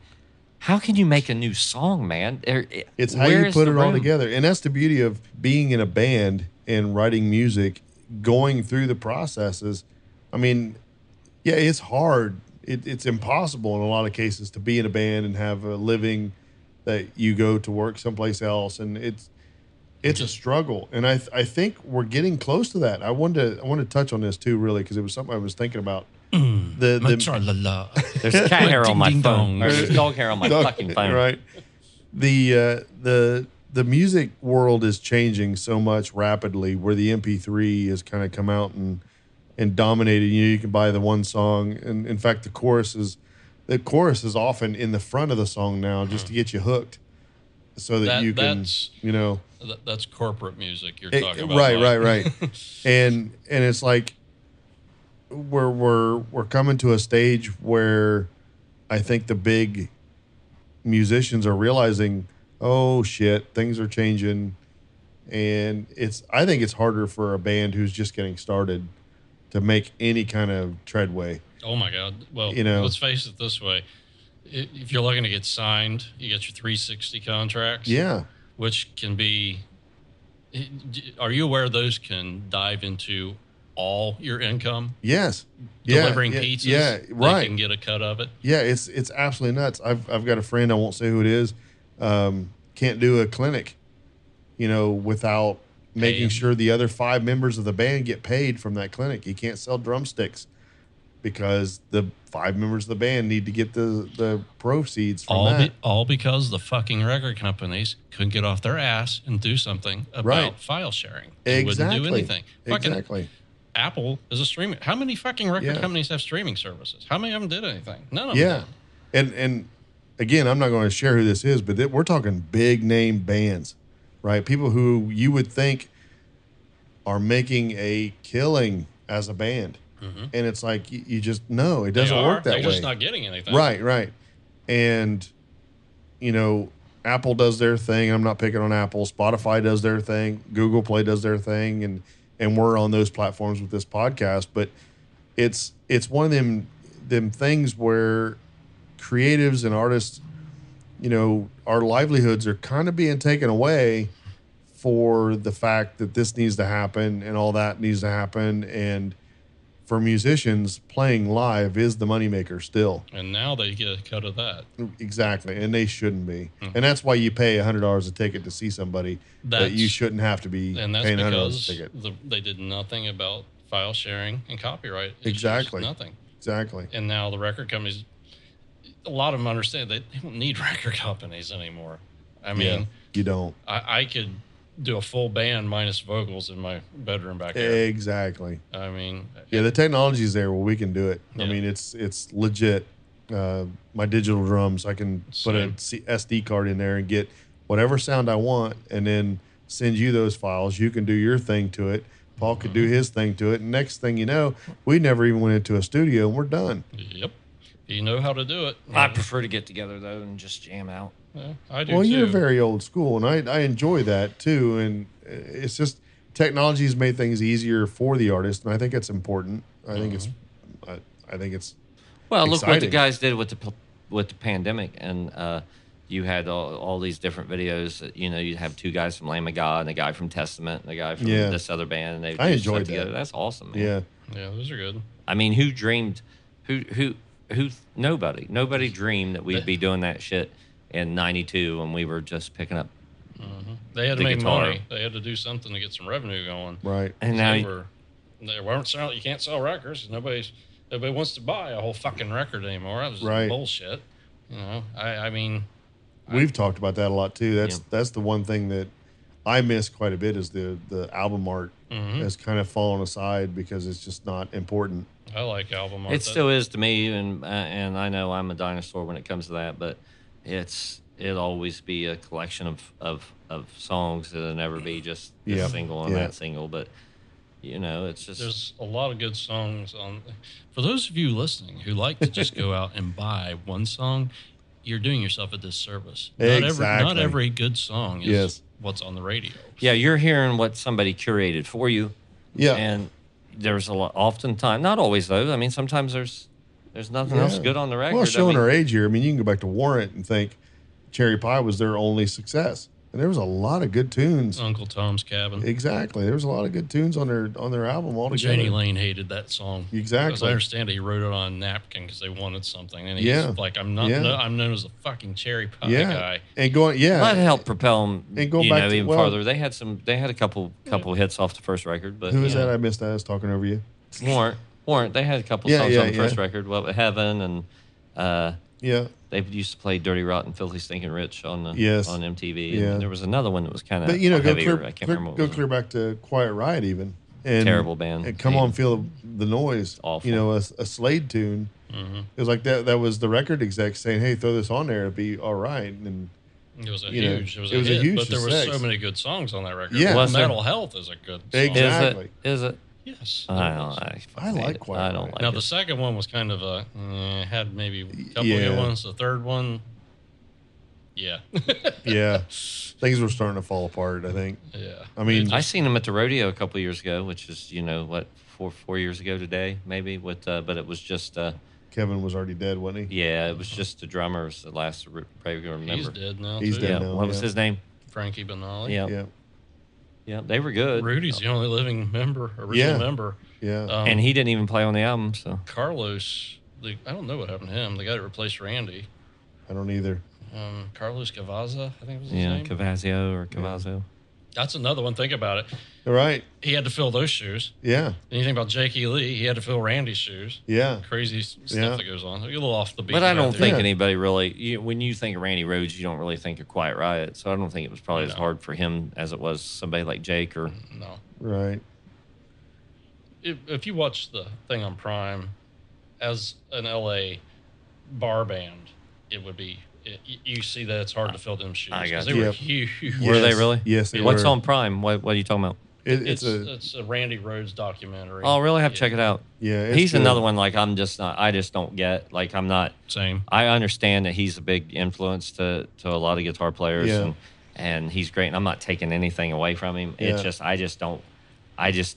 Speaker 2: How can you make a new song, man? There- eh,
Speaker 1: It's how
Speaker 2: where
Speaker 1: you
Speaker 2: is
Speaker 1: put
Speaker 2: the
Speaker 1: it all
Speaker 2: room?
Speaker 1: together, and that's the beauty of being in a band and writing music, going through the processes. I mean, yeah, it's hard. It, it's impossible in a lot of cases to be in a band and have a living that you go to work someplace else, and it's it's a struggle. And I th- I think we're getting close to that. I wanted to I wanted to touch on this too, really, because it was something I was thinking about
Speaker 2: Mm.
Speaker 1: The the
Speaker 4: Tra-la-la.
Speaker 2: There's cat hair on my
Speaker 4: Ding, ding,
Speaker 2: phone.
Speaker 4: dong.
Speaker 2: Or there's dog hair on my
Speaker 1: Dog-
Speaker 2: fucking phone.
Speaker 1: Right. The uh, the the music world is changing so much rapidly, where the MP3 has kind of come out and and dominated. You know, you can buy the one song, and in fact, the chorus is the chorus is often in the front of the song now, just to get you hooked, so that,
Speaker 3: Mm-hmm. That-
Speaker 1: you can
Speaker 3: that's-
Speaker 1: you know
Speaker 3: That, that's corporate music you're
Speaker 1: it-
Speaker 3: talking about.
Speaker 1: right,
Speaker 3: Mike.
Speaker 1: right, right. and and it's like we're we're we're coming to a stage where I think the big musicians are realizing, oh shit, things are changing, and it's I think it's harder for a band who's just getting started to make any kind of treadway.
Speaker 3: Oh my God. Well,
Speaker 1: You know.
Speaker 3: let's face it this way: I- if you're looking to get signed, you get your 360 contracts.
Speaker 1: Yeah,
Speaker 3: which can be. Are you aware those can dive into all your income?
Speaker 1: yes, yeah,
Speaker 3: Delivering
Speaker 1: yeah,
Speaker 3: pizzas,
Speaker 1: yeah,
Speaker 3: They
Speaker 1: right.
Speaker 3: can get a cut of it.
Speaker 1: yeah, it's it's absolutely nuts. I've I've got a friend I won't say who it is, um, can't do a clinic, you know, without making
Speaker 3: Paying.
Speaker 1: sure the other five members of the band get paid from that clinic. He can't sell drumsticks because the five members of the band need to get the the proceeds from
Speaker 3: all
Speaker 1: that.
Speaker 3: be, all because the fucking record companies couldn't get off their ass and do something about
Speaker 1: Right.
Speaker 3: file sharing. They
Speaker 1: exactly.
Speaker 3: wouldn't do anything. Fucking
Speaker 1: Exactly.
Speaker 3: Apple is a streaming. How many fucking record
Speaker 1: Yeah.
Speaker 3: companies have streaming services? How many of them did anything? None of
Speaker 1: Yeah.
Speaker 3: them.
Speaker 1: And and again, I'm not going to share who this is, but th- we're talking big name bands, right? People who you would think are making a killing as a band.
Speaker 3: Mhm.
Speaker 1: And it's like you, you just no, it doesn't
Speaker 3: They are.
Speaker 1: work that
Speaker 3: They're
Speaker 1: way.
Speaker 3: just not getting anything.
Speaker 1: right, right. And you know, Apple does their thing. I'm not picking on Apple. Spotify does their thing. Google Play does their thing and and we're on those platforms with this podcast, but it's it's one of them them things where creatives and artists, you know, our livelihoods are kind of being taken away for the fact that this needs to happen and all that needs to happen. And for musicians, playing live is the moneymaker still.
Speaker 3: And now they get a cut of that.
Speaker 1: Exactly. And they shouldn't be.
Speaker 3: Mhm.
Speaker 1: And that's why you pay $100 a ticket to see somebody
Speaker 3: That's,
Speaker 1: that you shouldn't have to be
Speaker 3: and that's
Speaker 1: paying $100 a
Speaker 3: because
Speaker 1: ticket.
Speaker 3: the, they did nothing about file sharing and copyright. issues.
Speaker 1: Exactly.
Speaker 3: Nothing.
Speaker 1: Exactly.
Speaker 3: And now the record companies, a lot of them understand they, they don't need record companies anymore. I mean,
Speaker 1: Yeah. You don't.
Speaker 3: I, I could do a full band minus vocals in my bedroom back there.
Speaker 1: Exactly.
Speaker 3: I mean,
Speaker 1: Yeah, the technology's there where we can do it. I
Speaker 3: Yeah.
Speaker 1: mean, it's it's legit. Uh, my digital drums, I can put a
Speaker 3: Same.
Speaker 1: C- SD card in there and get whatever sound I want, and then send you those files. You can do your thing to it. Paul could
Speaker 3: Mm-hmm.
Speaker 1: do his thing to it. And next thing you know, we never even went into a studio, and we're done.
Speaker 3: yep. You know how to do it.
Speaker 2: I prefer to get together though and just jam out.
Speaker 3: Yeah, I do
Speaker 1: Well,
Speaker 3: too.
Speaker 1: you're very old school, and I I enjoy that too. And it's just technology's made things easier for the artist, and I think it's important. I think it's,
Speaker 2: Mm-hmm.
Speaker 1: I, I think it's
Speaker 2: Well, look what the
Speaker 1: Exciting.
Speaker 2: guys did with the p- with the pandemic, and uh, you had all, all these different videos. That, you know, you'd have two guys from Lamb of God and a guy from Testament and a guy from
Speaker 1: Yeah.
Speaker 2: this other band, and they
Speaker 1: I
Speaker 2: do stuff
Speaker 1: enjoyed that.
Speaker 2: together. That's awesome. Man.
Speaker 1: yeah.
Speaker 3: Yeah, those are good.
Speaker 2: I mean, who dreamed? Who who who? Nobody. Nobody dreamed that we'd be doing that shit in '92 when we were just picking up.
Speaker 3: They had
Speaker 2: The
Speaker 3: to make
Speaker 2: guitar.
Speaker 3: money. They had to do something to get some revenue going.
Speaker 1: Right.
Speaker 2: And
Speaker 3: They
Speaker 2: now,
Speaker 3: were, they weren't selling. You can't sell records. Nobody's nobody wants to buy a whole fucking record anymore. That was
Speaker 1: Right.
Speaker 3: bullshit. You know, I I mean,
Speaker 1: We've talked about that a lot too. That's
Speaker 2: Yeah.
Speaker 1: that's the one thing that I miss quite a bit is the the album art
Speaker 2: Mm-hmm.
Speaker 3: mhm.
Speaker 1: has kind of fallen aside because it's just not important.
Speaker 3: I like album art.
Speaker 2: it
Speaker 3: That-
Speaker 2: still is to me, and uh, and I know I'm a dinosaur when it comes to that, but it's it'll always be a collection of of of songs. It'll never be just this
Speaker 1: Yeah.
Speaker 2: single and
Speaker 1: Yeah.
Speaker 2: that single, but you know, it's just
Speaker 3: There's a lot of good songs on. For those of you listening who like to just go out and buy one song, you're doing yourself a disservice. Not Every, not
Speaker 1: Exactly.
Speaker 3: every good song is
Speaker 1: Yes.
Speaker 3: what's on the radio.
Speaker 2: yeah, you're hearing what somebody curated for you,
Speaker 1: Yeah.
Speaker 2: and there's a lot. Oftentimes, not always though. I mean, sometimes there's there's nothing else
Speaker 1: Yeah.
Speaker 2: good on the record.
Speaker 1: well,
Speaker 2: I
Speaker 1: showing
Speaker 2: mean,
Speaker 1: our age here, I mean, you can go back to Warrant and think Cherry Pie was their only success, and there was a lot of good tunes.
Speaker 3: Uncle Tom's Cabin.
Speaker 1: Exactly, there was a lot of good tunes on their on their album altogether.
Speaker 3: Janie Lane hated that song. As I
Speaker 1: Exactly.
Speaker 3: understand it, he wrote it on a napkin because they wanted something, and he's
Speaker 1: Yeah.
Speaker 3: like, "I'm not.
Speaker 1: Yeah.
Speaker 3: No, I'm known as the fucking cherry pie
Speaker 1: Yeah.
Speaker 3: guy."
Speaker 1: And going, yeah,
Speaker 2: that helped propel them.
Speaker 1: And go
Speaker 2: you
Speaker 1: back
Speaker 2: know,
Speaker 1: to-
Speaker 2: even
Speaker 1: well-
Speaker 2: farther. They had some. They had a couple couple hits off the first record, but
Speaker 1: Who is
Speaker 2: you know,
Speaker 1: that? I missed. I was talking over you.
Speaker 2: Warrant. Warrant. They had a couple
Speaker 1: Yeah,
Speaker 2: songs
Speaker 1: yeah,
Speaker 2: on the
Speaker 1: yeah.
Speaker 2: first record, Well, Heaven, and uh,
Speaker 1: Yeah.
Speaker 2: they used to play Dirty Rotten, Filthy Stinking Rich on the
Speaker 1: Yes.
Speaker 2: on MTV.
Speaker 1: Yeah.
Speaker 2: And there was another one that was kind of
Speaker 1: But you know, go
Speaker 2: heavier.
Speaker 1: clear,
Speaker 2: Uh, I can't
Speaker 1: clear-
Speaker 2: remember. What
Speaker 1: go
Speaker 2: it was.
Speaker 1: clear back to Quiet Riot even. And
Speaker 2: Terrible band.
Speaker 1: And come
Speaker 2: Yeah.
Speaker 1: on, feel the noise.
Speaker 2: Awful.
Speaker 1: You know, a, a Slade tune.
Speaker 3: Mm-hmm.
Speaker 1: It was like that. That was the record exec saying, "Hey, throw this on there, it'll be all right." And
Speaker 3: It was a
Speaker 1: You know,
Speaker 3: huge. it was,
Speaker 1: it was a
Speaker 3: a, hit,
Speaker 1: huge
Speaker 3: But there were
Speaker 1: success.
Speaker 3: so many good songs on that record.
Speaker 1: Yeah.
Speaker 2: Was there?
Speaker 3: Mental Health is a good song.
Speaker 1: Exactly.
Speaker 2: Is it? Is it?
Speaker 3: Yes.
Speaker 2: I
Speaker 3: it
Speaker 2: don't.
Speaker 3: is.
Speaker 2: I,
Speaker 1: I
Speaker 2: hate
Speaker 1: like
Speaker 2: it.
Speaker 1: Quiet
Speaker 2: I don't
Speaker 1: Riot.
Speaker 2: like
Speaker 3: Now
Speaker 2: it.
Speaker 3: the second one was kind of a eh, had maybe a couple
Speaker 1: Yeah.
Speaker 3: good ones. The third one, yeah,
Speaker 1: yeah, things were starting to fall apart. I think.
Speaker 3: yeah.
Speaker 1: I mean,
Speaker 2: I seen him at the rodeo a couple years ago, which is you know what four four years ago today maybe. With uh, but it was just uh,
Speaker 1: Kevin was already dead, wasn't he?
Speaker 2: yeah, it was just the drummers that last re- probably
Speaker 3: he's
Speaker 2: remember.
Speaker 3: dead now.
Speaker 1: He's
Speaker 3: too.
Speaker 1: dead
Speaker 2: Yeah,
Speaker 1: now,
Speaker 2: what was
Speaker 1: yeah.
Speaker 2: his name?
Speaker 3: Frankie Benali.
Speaker 2: Yeah, yeah,
Speaker 1: Yeah.
Speaker 2: they were good.
Speaker 3: Rudy's the only living member, original
Speaker 1: Yeah.
Speaker 3: member.
Speaker 1: Yeah.
Speaker 3: Um,
Speaker 2: and he didn't even play on the album. So
Speaker 3: Carlos, the, I don't know what happened to him. The guy that replaced Randy,
Speaker 1: I don't either.
Speaker 3: um, Carlos Cavaza, I think was his
Speaker 2: yeah,
Speaker 3: name.
Speaker 2: Cavazio or Cavazzo.
Speaker 3: That's another one. Think about it.
Speaker 1: All right.
Speaker 3: He had to fill those shoes.
Speaker 1: Yeah.
Speaker 3: And you think about Jake E. Lee, he had to fill Randy's shoes.
Speaker 1: Yeah.
Speaker 3: Crazy s- stuff
Speaker 1: Yeah.
Speaker 3: that goes on. You're a little off the beat.
Speaker 2: But I
Speaker 3: there,
Speaker 2: don't
Speaker 3: dude.
Speaker 2: think
Speaker 1: Yeah.
Speaker 2: anybody really. You, when you think of Randy Rhodes, you don't really think of Quiet Riot. So I don't think it was probably as
Speaker 3: No.
Speaker 2: hard for him as it was somebody like Jake or
Speaker 3: No.
Speaker 1: Right.
Speaker 3: if, if you watch the thing on Prime, as an LA bar band, it would be it, you- you see that it's hard to fill them shoes.
Speaker 2: I
Speaker 3: 'cause
Speaker 2: got
Speaker 3: they
Speaker 1: you.
Speaker 3: were
Speaker 1: Yep.
Speaker 3: huge.
Speaker 2: Were they
Speaker 1: Yes.
Speaker 2: really?
Speaker 1: Yes, they
Speaker 2: What's
Speaker 1: were.
Speaker 2: on Prime? What What are you talking about?
Speaker 1: It,
Speaker 3: It's,
Speaker 1: it's, a
Speaker 3: it's a Randy Rhodes documentary.
Speaker 2: Oh, really? I have to
Speaker 3: Yeah.
Speaker 2: check it out.
Speaker 1: yeah. It's
Speaker 2: He's
Speaker 1: good.
Speaker 2: another one. Like I'm just not. I just don't get. Like I'm not.
Speaker 3: Same.
Speaker 2: I understand that he's a big influence to to a lot of guitar players,
Speaker 1: Yeah.
Speaker 2: and and he's great. And I'm not taking anything away from him.
Speaker 1: Yeah.
Speaker 2: It's just I just don't. I just.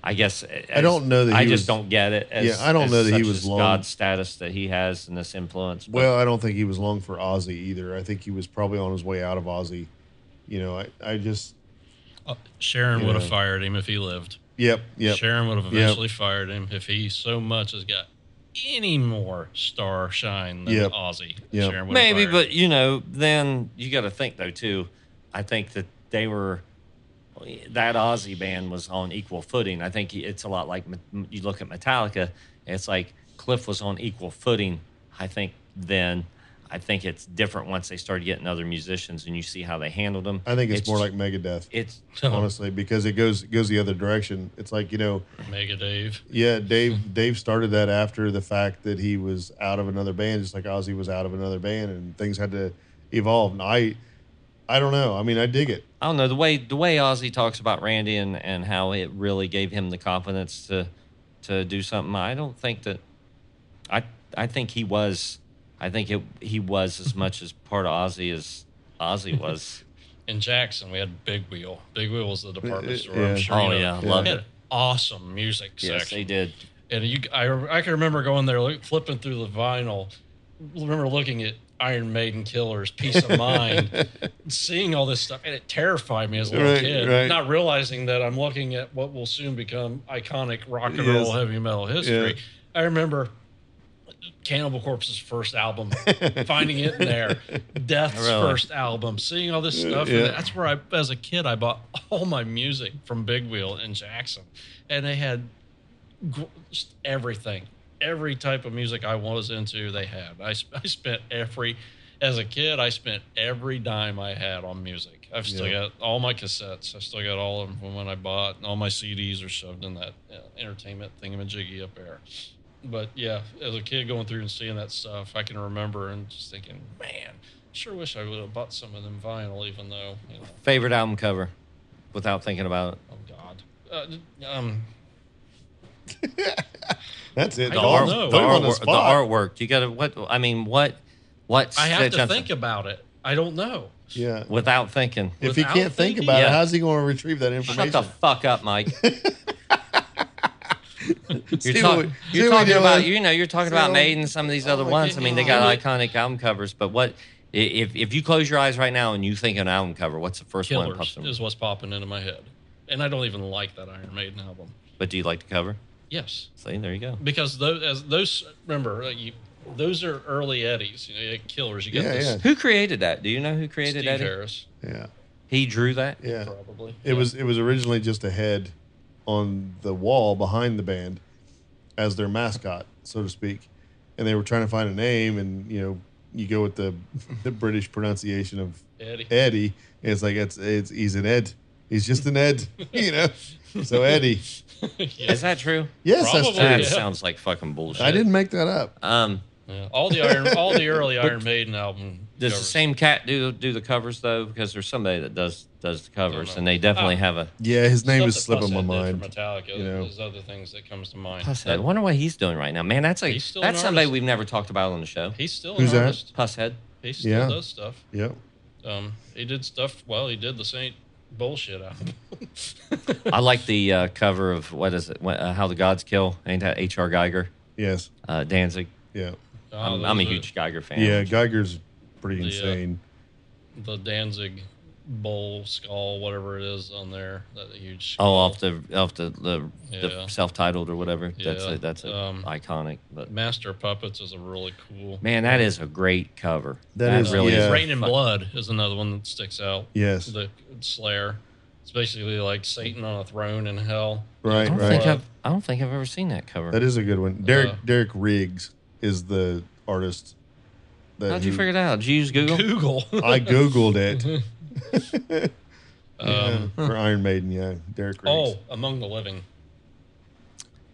Speaker 2: I guess as-
Speaker 1: don't know that
Speaker 2: I
Speaker 1: he
Speaker 2: just
Speaker 1: was-
Speaker 2: don't get it. As,
Speaker 1: Yeah, I don't
Speaker 2: as
Speaker 1: know that he
Speaker 2: such
Speaker 1: was
Speaker 2: as
Speaker 1: long-
Speaker 2: God status that he has and this influence. but-
Speaker 1: Well, I don't think he was long for Ozzy either. I think he was probably on his way out of Ozzy. You know, I, I just,
Speaker 3: Uh, Sharon
Speaker 1: Yeah.
Speaker 3: would have fired him if he lived.
Speaker 1: yep, yep.
Speaker 3: Sharon would have
Speaker 1: Yep.
Speaker 3: eventually fired him if he so much has got any more star shine than
Speaker 1: Yep.
Speaker 3: Ozzy.
Speaker 1: Yep.
Speaker 3: Sharon would have
Speaker 2: Maybe,
Speaker 3: fired him.
Speaker 2: but you know, then you got to think though too. I think that they were that Aussie band was on equal footing. I think it's a lot like Me- you look at Metallica. It's like Cliff was on equal footing. I think then. I think it's different once they started getting other musicians and you see how they handled them.
Speaker 1: I think it's, more like Megadeth,
Speaker 2: it's
Speaker 1: honestly, because it goes it goes the other direction. It's like you know,
Speaker 3: Mega Dave.
Speaker 1: yeah,
Speaker 2: Mm-hmm.
Speaker 1: Dave Dave started that after the fact that he was out of another band, just like Ozzy was out of another band, and things had to evolve. And I, I don't know. I mean, I dig it.
Speaker 2: I don't know the way the way Ozzy talks about Randy and and how it really gave him the confidence to to do something. I don't think that I I think he was I think it, he was as much as part of Ozzy as Ozzy was.
Speaker 3: in Jackson, we had Big Wheel. Big Wheel was the
Speaker 1: Uh, uh,
Speaker 3: department store.
Speaker 1: yeah.
Speaker 3: I'm sure.
Speaker 2: Oh,
Speaker 3: you
Speaker 2: yeah,
Speaker 3: know.
Speaker 2: loved
Speaker 3: They had
Speaker 2: it.
Speaker 3: Awesome music
Speaker 2: yes,
Speaker 3: section.
Speaker 2: they did.
Speaker 3: And you, I, I can remember going there, look, flipping through the vinyl. Remember looking at Iron Maiden, Killers, Peace of Mind, seeing all this stuff, and it terrified me as a little
Speaker 1: Right,
Speaker 3: kid,
Speaker 1: right.
Speaker 3: not realizing that I'm looking at what will soon become iconic rock
Speaker 1: Yes.
Speaker 3: and roll heavy metal history.
Speaker 1: Yeah.
Speaker 3: I remember Cannibal Corpse's first album, finding it in there, Death's
Speaker 2: Really?
Speaker 3: first album, seeing all this stuff.
Speaker 1: yeah.
Speaker 3: And that's where I, as a kid, I bought all my music from Big Wheel in Jackson, and they had gr- just everything, every type of music I was into. They had. I, sp- I spent every, as a kid, I spent every dime I had on music. I've still
Speaker 1: Yeah.
Speaker 3: got all my cassettes. I still got all of them from when I bought. And all my CDs are shoved in that uh, entertainment thingamajiggy up there. But yeah, as a kid going through and seeing that stuff, I can remember and just thinking, man, sure wish I would have bought some of them vinyl, even though, you know,
Speaker 2: Favorite album cover, without thinking about it.
Speaker 3: oh God. Uh, um,
Speaker 1: That's it.
Speaker 3: I
Speaker 2: The,
Speaker 3: don't
Speaker 2: art,
Speaker 3: know.
Speaker 2: the,
Speaker 1: Put him on the
Speaker 2: artwork, the
Speaker 1: spot.
Speaker 2: artwork. You got to what? I mean, what? What?
Speaker 3: I have
Speaker 2: sits
Speaker 3: to
Speaker 2: out
Speaker 3: think about it. I don't know.
Speaker 1: Yeah.
Speaker 2: without thinking.
Speaker 1: If he
Speaker 3: without
Speaker 1: can't think
Speaker 3: thinking?
Speaker 1: about it,
Speaker 2: Yeah.
Speaker 1: how's he going to retrieve that information?
Speaker 2: Shut the fuck up, Mike. You're,
Speaker 1: See
Speaker 2: talk-
Speaker 1: what we- see
Speaker 2: you're
Speaker 1: what we
Speaker 2: talking
Speaker 1: doing?
Speaker 2: about you know you're talking
Speaker 1: See
Speaker 2: about
Speaker 1: what we-
Speaker 2: Maiden, some of these
Speaker 1: Oh
Speaker 2: other
Speaker 1: my
Speaker 2: ones. I mean, they
Speaker 1: God.
Speaker 2: got iconic album covers, but what i- if if you close your eyes right now and you think of an album cover, what's the first one that
Speaker 3: Killers
Speaker 2: pops in?
Speaker 3: is what's popping into my head. And I don't even like that Iron Maiden album.
Speaker 2: But do you like the cover?
Speaker 3: Yes.
Speaker 2: See, there you go.
Speaker 3: Because those, as those remember, uh, you, those are early Eddies, you know, you had Killers. You got
Speaker 1: Yeah,
Speaker 3: this
Speaker 1: yeah.
Speaker 2: Who created that? Do you know who created
Speaker 3: Steve
Speaker 2: that?
Speaker 3: Harris,
Speaker 1: Yeah.
Speaker 2: He drew that.
Speaker 1: Yeah.
Speaker 3: probably.
Speaker 1: It was it was originally just a head on the wall behind the band, as their mascot, so to speak. And they were trying to find a name, and you know, you go with the the British pronunciation of
Speaker 3: Eddie.
Speaker 1: Eddie. And it's like it's it's he's an Ed. He's just an Ed, you know. So Eddie,
Speaker 3: Yeah.
Speaker 2: Is that true?
Speaker 1: yes, that's
Speaker 3: Probably.
Speaker 1: true.
Speaker 2: That
Speaker 3: Oh, yeah.
Speaker 2: sounds like fucking bullshit.
Speaker 1: I didn't make that up.
Speaker 2: Um,
Speaker 3: Yeah. All the Iron, all the early Iron Maiden album.
Speaker 2: does the
Speaker 3: covers.
Speaker 2: same cat do do the covers though? Because there's somebody that does does the covers,
Speaker 3: know.
Speaker 2: and they definitely
Speaker 3: Ah.
Speaker 2: have a.
Speaker 1: Yeah, his name
Speaker 3: Stuff
Speaker 1: is
Speaker 3: that
Speaker 1: slipping my
Speaker 3: Pusshead
Speaker 1: mind.
Speaker 3: did for Metallica.
Speaker 1: you know.
Speaker 3: There's other things that comes to mind.
Speaker 2: Pusshead. I wonder what he's doing right now, man. That's a
Speaker 3: He's still an
Speaker 2: that's somebody
Speaker 3: artist.
Speaker 2: we've never talked about on the show.
Speaker 3: He's still
Speaker 1: Who's
Speaker 3: an
Speaker 1: that?
Speaker 3: artist.
Speaker 2: Pusshead.
Speaker 3: He still
Speaker 1: Yeah.
Speaker 3: does stuff.
Speaker 1: Yep.
Speaker 3: Um, he did stuff. Well, he did the Saint bullshit album.
Speaker 2: I like the uh, cover of what is it? What, uh, How the Gods Kill. Ain't that H.R. Geiger?
Speaker 1: Yes.
Speaker 2: Uh, Danzig.
Speaker 1: Yeah.
Speaker 3: Oh,
Speaker 2: I'm,
Speaker 3: those
Speaker 2: I'm a
Speaker 3: are
Speaker 2: huge Geiger fan.
Speaker 1: Yeah. Geiger's pretty
Speaker 3: The, uh,
Speaker 1: insane.
Speaker 3: The Danzig bowl skull, whatever it is, on there. That huge.
Speaker 2: Oh,
Speaker 3: Skull.
Speaker 2: off the off the the,
Speaker 3: Yeah.
Speaker 2: the self-titled or whatever. That's
Speaker 3: Yeah,
Speaker 2: a, that's a
Speaker 3: um,
Speaker 2: iconic. But
Speaker 3: Master of Puppets is a really cool.
Speaker 2: man, that is a great cover.
Speaker 1: That is,
Speaker 2: a
Speaker 1: yeah.
Speaker 3: Rain and
Speaker 2: fuck-
Speaker 3: Blood is another one that sticks out.
Speaker 1: Yes.
Speaker 3: The Slayer. It's basically like Satan on a throne in hell.
Speaker 1: right.
Speaker 2: I don't
Speaker 1: Right.
Speaker 2: think I've I don't think I've ever seen that cover.
Speaker 1: That is a good one. Derek
Speaker 3: Uh,
Speaker 1: Derek Riggs is the artist. That
Speaker 2: How'd you
Speaker 1: who-
Speaker 2: figure it out? Did you use Google?
Speaker 3: Google.
Speaker 1: I googled it
Speaker 3: um,
Speaker 1: for Iron Maiden. Yeah, Derek Riggs.
Speaker 3: oh, Among the Living.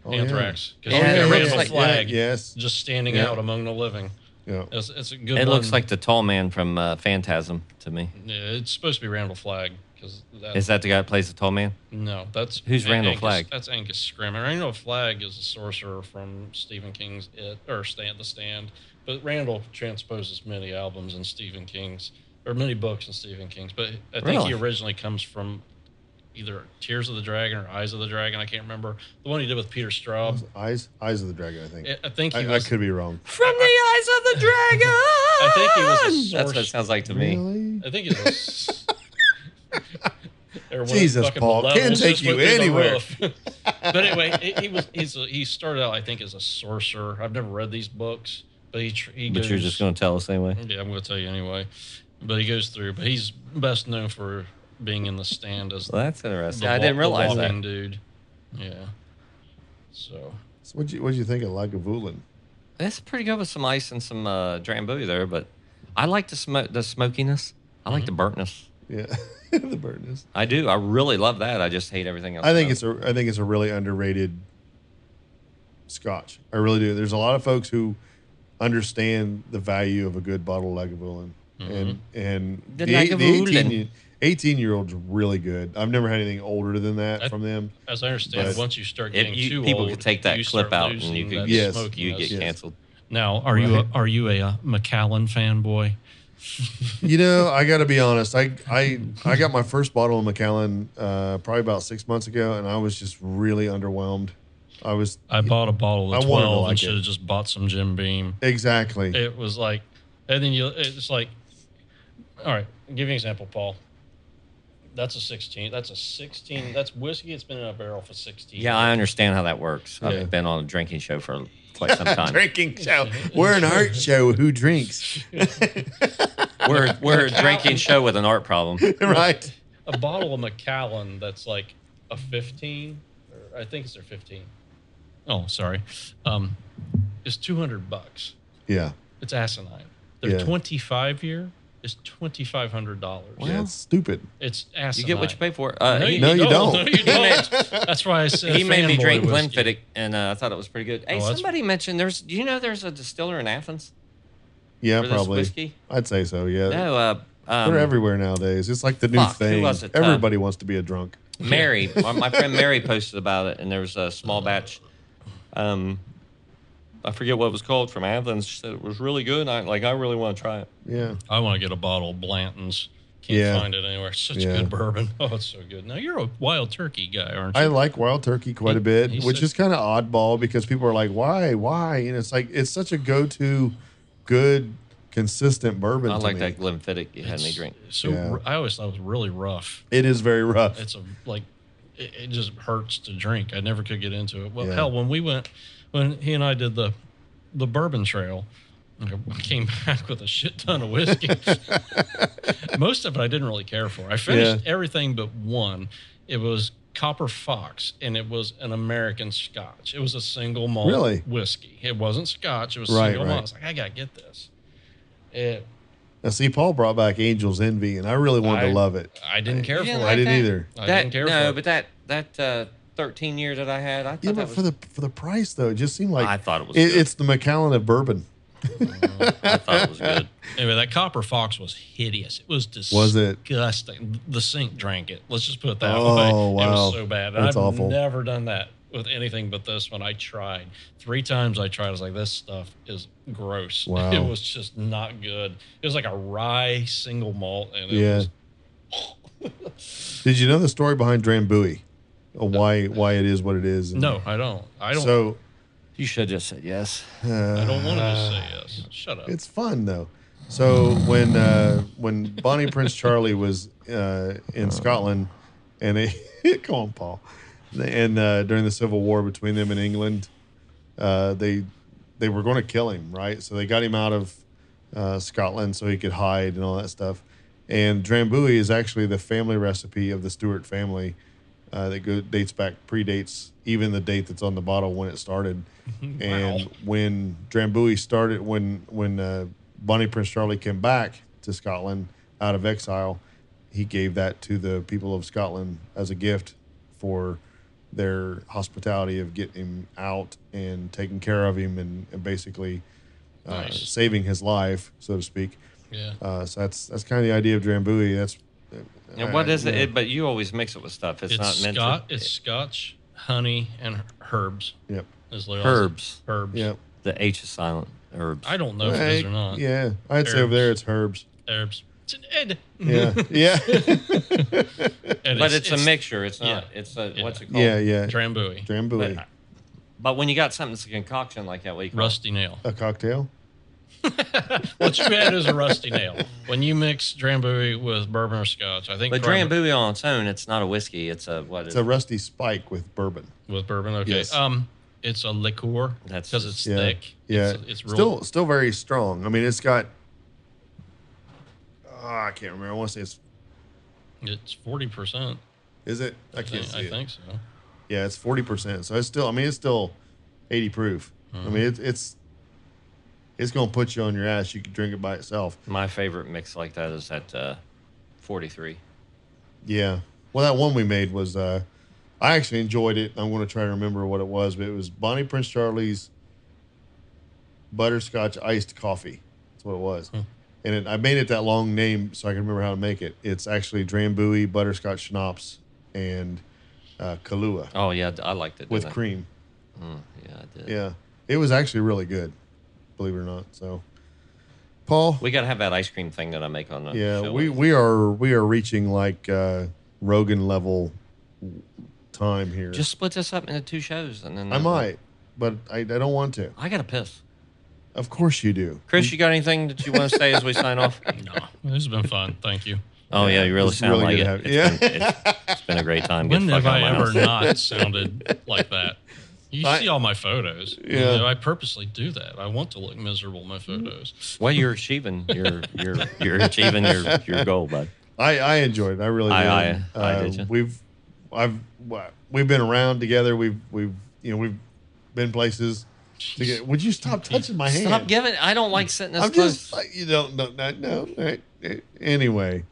Speaker 1: Oh, yeah.
Speaker 3: Anthrax. 'Cause
Speaker 2: Yeah,
Speaker 3: they
Speaker 2: it
Speaker 3: got rid of
Speaker 2: looks
Speaker 3: a
Speaker 2: like-
Speaker 3: flag.
Speaker 1: Yeah, yes.
Speaker 3: Just standing
Speaker 1: Yeah.
Speaker 3: out among the living.
Speaker 1: Yeah.
Speaker 3: It's, it's a good
Speaker 2: It
Speaker 3: one.
Speaker 2: looks like the tall man from uh, Phantasm to me.
Speaker 3: Yeah, it's supposed to be Randall Flagg. Cause that,
Speaker 2: Is that the guy that plays the tall man?
Speaker 3: No, that's
Speaker 2: Who's
Speaker 3: An-
Speaker 2: Randall
Speaker 3: Angus-
Speaker 2: Flagg?
Speaker 3: That's Angus Scrimm. And Randall Flagg is a sorcerer from Stephen King's It or Stand the Stand, but Randall transposes many albums in Stephen King's or many books in Stephen King's. But I think
Speaker 2: Really?
Speaker 3: he originally comes from either Tears of the Dragon or Eyes of the Dragon. I can't remember the one he did with Peter Straub.
Speaker 1: Eyes Eyes of the Dragon. I think.
Speaker 3: I- I think he
Speaker 1: I, I
Speaker 3: was.
Speaker 1: could be wrong.
Speaker 2: From the eyes of the dragon. I
Speaker 3: think he was a
Speaker 2: That's what
Speaker 3: sorcerer.
Speaker 2: it sounds like to me.
Speaker 1: Really?
Speaker 3: I think it was. Or one of the
Speaker 1: Jesus,
Speaker 3: fucking
Speaker 1: Paul,
Speaker 3: levels
Speaker 1: can't
Speaker 3: just
Speaker 1: take
Speaker 3: went
Speaker 1: you
Speaker 3: through the
Speaker 1: anywhere.
Speaker 3: roof. but anyway, he, he was he's a, he started out I think as a sorcerer. I've never read these books, but he tr- he
Speaker 2: But
Speaker 3: goes,
Speaker 2: you're just going to tell us anyway.
Speaker 3: yeah I'm going to tell you anyway. But he goes through. But he's best known for being in the stand as
Speaker 2: Well, that's interesting.
Speaker 3: the
Speaker 2: I
Speaker 3: wa-
Speaker 2: didn't
Speaker 3: the
Speaker 2: realize
Speaker 3: walking
Speaker 2: that.
Speaker 3: dude. Yeah. So
Speaker 1: So what'd you what'd you think of Lagavulin?
Speaker 2: That's pretty good with some ice and some uh, drambuie there, but I like the smoke, the smokiness. I like the
Speaker 3: Mm-hmm.
Speaker 2: burntness.
Speaker 1: Yeah, the burden is.
Speaker 2: I do. I really love that. I just hate everything else.
Speaker 1: I think
Speaker 2: about
Speaker 1: it's a I think it's a really underrated Scotch. I really do. There's a lot of folks who understand the value of a good bottle of Lagavulin, and and
Speaker 2: The
Speaker 1: eight-
Speaker 2: Lagavulin.
Speaker 1: 18 year- 18 year old's really good. I've never had anything older than that
Speaker 3: I-
Speaker 1: from them.
Speaker 3: as I understand,
Speaker 1: But
Speaker 3: once you start
Speaker 2: If
Speaker 3: getting
Speaker 2: you-
Speaker 3: too
Speaker 2: people
Speaker 3: old,
Speaker 2: could take that
Speaker 3: you
Speaker 2: clip
Speaker 3: start
Speaker 2: out and
Speaker 3: losing
Speaker 2: you could
Speaker 3: that
Speaker 1: get- Yes.
Speaker 2: it. you
Speaker 3: smokiness.
Speaker 2: get
Speaker 1: Yes.
Speaker 2: canceled.
Speaker 3: Now, are you a, are you a uh, McAllen fanboy?
Speaker 1: You know, I got to be honest. I I I got my first bottle of Macallan uh, probably about six months ago, and I was just really underwhelmed. I was
Speaker 3: I bought a bottle
Speaker 1: I
Speaker 3: of
Speaker 1: wanted to
Speaker 3: 12
Speaker 1: like it.
Speaker 3: and should have just bought some Jim Beam.
Speaker 1: exactly
Speaker 3: It was like, and then you, it's like, all right, I'll give you an example, Paul. That's a 16. That's a 16. That's whiskey. It's been in a barrel for 16.
Speaker 2: Yeah, I understand how that works.
Speaker 1: Yeah.
Speaker 2: I've been on a drinking show for quite some time.
Speaker 1: drinking show. We're an art show. Who drinks?
Speaker 2: we're we're a drinking show with an art problem.
Speaker 1: right.
Speaker 3: A bottle of Macallan that's like a 15, or I think it's their 15. Oh, sorry. Um, is 200 bucks.
Speaker 1: Yeah.
Speaker 3: It's asinine. Their
Speaker 1: Yeah.
Speaker 3: 25 year is $2,500.
Speaker 1: yeah. It's stupid.
Speaker 3: It's asinine.
Speaker 2: You get what you pay for. Uh,
Speaker 3: No,
Speaker 2: he,
Speaker 3: you,
Speaker 1: No, you
Speaker 3: don't.
Speaker 1: don't.
Speaker 3: No, you don't. That's why I said
Speaker 2: he made me
Speaker 3: fanboy
Speaker 2: drink
Speaker 3: whiskey.
Speaker 2: Glenfiddich, and uh, I thought it was pretty good. Hey,
Speaker 3: Oh, that's-
Speaker 2: somebody mentioned there's. Do you know there's a distiller in Athens?
Speaker 1: Yeah,
Speaker 2: For this
Speaker 1: probably.
Speaker 2: whiskey?
Speaker 1: I'd say so. Yeah.
Speaker 2: No, uh, um,
Speaker 1: They're everywhere nowadays. It's like the new
Speaker 2: fuck, who
Speaker 1: thing.
Speaker 2: was it? Uh,
Speaker 1: Everybody wants to be a drunk.
Speaker 2: Mary, my, my friend Mary posted about it, and there was a small batch. Um, I forget what it was called from Athens. She said it was really good. And I like. I really want to try it.
Speaker 1: Yeah.
Speaker 3: I want to get a bottle of Blanton's. Can't
Speaker 1: Yeah.
Speaker 3: find it anywhere. Such
Speaker 1: Yeah.
Speaker 3: good bourbon. Oh, it's so good. Now you're a wild turkey guy, aren't you?
Speaker 1: I like wild turkey quite a bit,
Speaker 3: he's
Speaker 1: which
Speaker 3: so-
Speaker 1: is kind of oddball because people are like, why, why? And it's like, it's such a go to, good, consistent bourbon.
Speaker 2: I
Speaker 1: to
Speaker 2: like
Speaker 1: me.
Speaker 2: that Glenfiddich you had me
Speaker 3: It's
Speaker 2: drink.
Speaker 3: So
Speaker 1: Yeah.
Speaker 3: r- I always thought it was really rough.
Speaker 1: It is very rough.
Speaker 3: It's a like it, it just hurts to drink. I never could get into it. Well,
Speaker 1: Yeah.
Speaker 3: hell, when we went, when he and I did the the bourbon trail, I came back with a shit ton of whiskey. Most of it I didn't really care for. I finished everything but one. It was Copper Fox, and it was an American Scotch. It was a single malt
Speaker 1: Really?
Speaker 3: whiskey. It wasn't Scotch. It was
Speaker 1: Right,
Speaker 3: single malt.
Speaker 1: right.
Speaker 3: I was like, I gotta get this. It,
Speaker 1: Now, see, Paul brought back Angel's Envy, and I really wanted
Speaker 3: I-
Speaker 1: to love it.
Speaker 3: I didn't care
Speaker 2: You
Speaker 3: for
Speaker 2: didn't
Speaker 3: it.
Speaker 1: I
Speaker 2: like
Speaker 1: didn't
Speaker 2: that?
Speaker 1: either.
Speaker 3: I
Speaker 2: that,
Speaker 3: didn't care
Speaker 2: no,
Speaker 3: for it.
Speaker 2: but that that uh, 13 years that I had, I thought
Speaker 1: Yeah, but
Speaker 2: that was,
Speaker 1: for the for the price though, it just seemed like
Speaker 2: I thought it was
Speaker 1: it-
Speaker 2: good.
Speaker 1: it's the Macallan of bourbon.
Speaker 2: I thought it was good.
Speaker 3: Anyway, that copper fox was hideous. It was disgusting.
Speaker 1: Was it?
Speaker 3: The sink drank it. Let's just put it that
Speaker 1: Oh,
Speaker 3: way. It
Speaker 1: wow.
Speaker 3: was so bad.
Speaker 1: That's
Speaker 3: I've
Speaker 1: awful.
Speaker 3: never done that with anything but this one. I tried three times. I tried. I was like, this stuff is gross.
Speaker 1: Wow.
Speaker 3: It was just not good. It was like a rye single malt, and it
Speaker 1: Yeah.
Speaker 3: was
Speaker 1: Did you know the story behind Drambuie? Or why why it is what it is? and-
Speaker 3: no, I don't. I don't.
Speaker 1: So
Speaker 2: You should have just said yes.
Speaker 1: uh,
Speaker 3: I don't want to just
Speaker 2: Ah.
Speaker 3: say yes. Shut up.
Speaker 1: It's fun though. So when uh, when Bonnie Prince Charlie was uh, in Scotland, and they come on Paul, and uh, during the civil war between them and England, uh, they they were going to kill him, right? So they got him out of uh, Scotland so he could hide and all that stuff. And Drambuie is actually the family recipe of the Stuart family uh, that go, dates back predates even the date that's on the bottle when it started. And when Drambuie started, when when uh, Bonnie Prince Charlie came back to Scotland out of exile, he gave that to the people of Scotland as a gift for their hospitality of getting him out and taking care of him and, and basically uh,
Speaker 3: Nice.
Speaker 1: saving his life, so to speak.
Speaker 3: yeah.
Speaker 1: Uh, so that's that's kind of the idea of Drambuie. That's
Speaker 2: And what is it?
Speaker 1: yeah.
Speaker 2: But you always mix it with stuff. It's,
Speaker 3: It's,
Speaker 2: not meant
Speaker 3: Scot-
Speaker 2: to.
Speaker 3: It's Scotch, honey, and herbs.
Speaker 1: Yep.
Speaker 3: Is literally-
Speaker 2: herbs.
Speaker 3: Herbs.
Speaker 1: Yep.
Speaker 2: The H is silent. Herbs.
Speaker 3: I don't know if it is or not.
Speaker 1: Yeah, I'd say over there it's herbs.
Speaker 3: Herbs. It's an Ed.
Speaker 1: Yeah, yeah,
Speaker 3: And
Speaker 2: but it's, a mixture. It's
Speaker 3: yeah.
Speaker 2: not. It's a
Speaker 3: Yeah.
Speaker 2: what's it called?
Speaker 1: yeah, yeah.
Speaker 3: Drambuie.
Speaker 1: Drambuie,
Speaker 2: But, but when you got something that's a concoction like that, what you call it?
Speaker 3: Rusty nail.
Speaker 1: a cocktail.
Speaker 3: What you had is a rusty nail. When you mix Drambuie with bourbon or scotch, I think
Speaker 2: But
Speaker 3: Dram-
Speaker 2: Drambuie on its own, it's not a whiskey. It's a what
Speaker 1: It's
Speaker 2: is
Speaker 1: a rusty spike with bourbon.
Speaker 3: with bourbon. Okay.
Speaker 1: Yes.
Speaker 3: Um, it's a liqueur.
Speaker 2: That's-
Speaker 3: because it's
Speaker 1: Yeah,
Speaker 3: thick.
Speaker 1: Yeah,
Speaker 3: It's, it's real.
Speaker 1: still still very strong. I mean, it's got. oh, I can't remember. I want to say it's
Speaker 3: It's forty percent.
Speaker 1: is it? I
Speaker 3: I
Speaker 1: can't
Speaker 3: think
Speaker 1: see
Speaker 3: I
Speaker 1: it.
Speaker 3: think so.
Speaker 1: Yeah, it's forty percent. So it's still. I mean, it's still eighty proof.
Speaker 3: Mm-hmm.
Speaker 1: I mean, it, it's it's gonna put you on your ass. You could drink it by itself.
Speaker 2: my favorite mix like that is that uh, 43.
Speaker 1: Yeah. Well, that one we made was, uh, I actually enjoyed it. I'm going to try to remember what it was, but it was Bonnie Prince Charlie's butterscotch iced coffee. That's what it was.
Speaker 2: Hmm.
Speaker 1: And it, I made it that long name so I can remember how to make it. It's actually Drambuie, butterscotch schnapps, and uh, Kahlua
Speaker 2: Oh yeah, I liked it.
Speaker 1: with
Speaker 2: didn't I?
Speaker 1: cream.
Speaker 2: Mm, yeah, I did.
Speaker 1: Yeah. It was actually really good, believe it or not. So, Paul.
Speaker 2: We uh, gotta have that ice cream thing that I make on the
Speaker 1: Yeah,
Speaker 2: show.
Speaker 1: we, we are we are reaching like uh, Rogan level time here.
Speaker 2: just split this up into two shows and then
Speaker 1: I might, but I, I don't want to.
Speaker 2: I gotta piss.
Speaker 1: Of course you do.
Speaker 2: Chris, you got anything that you want to say as we sign off?
Speaker 3: No, this has been fun. Thank you.
Speaker 2: Oh yeah, you really
Speaker 1: It's
Speaker 2: sound
Speaker 1: really
Speaker 2: like
Speaker 1: good
Speaker 2: it.
Speaker 1: to have-
Speaker 2: It's
Speaker 1: yeah.
Speaker 2: been, it's, it's been a great time. Get
Speaker 3: When
Speaker 2: the fuck out of
Speaker 3: have I
Speaker 2: my
Speaker 3: ever
Speaker 2: house.
Speaker 3: not sounded like that? You
Speaker 1: I-
Speaker 3: see all my photos. You
Speaker 1: Yeah.
Speaker 3: know, I purposely do that. I want to look miserable in my photos.
Speaker 2: Well, you're achieving your your you're achieving your your goal, bud.
Speaker 1: I, I enjoyed it. I really
Speaker 2: I-
Speaker 1: did. Uh,
Speaker 2: I- I did, yeah.
Speaker 1: We've I've we've been around together. We've we've you know we've been places. To get, would you stop touching my hand?
Speaker 2: Stop giving. I don't like sitting this
Speaker 1: I'm
Speaker 2: close.
Speaker 1: just like, you don't know no, no, no, no. anyway.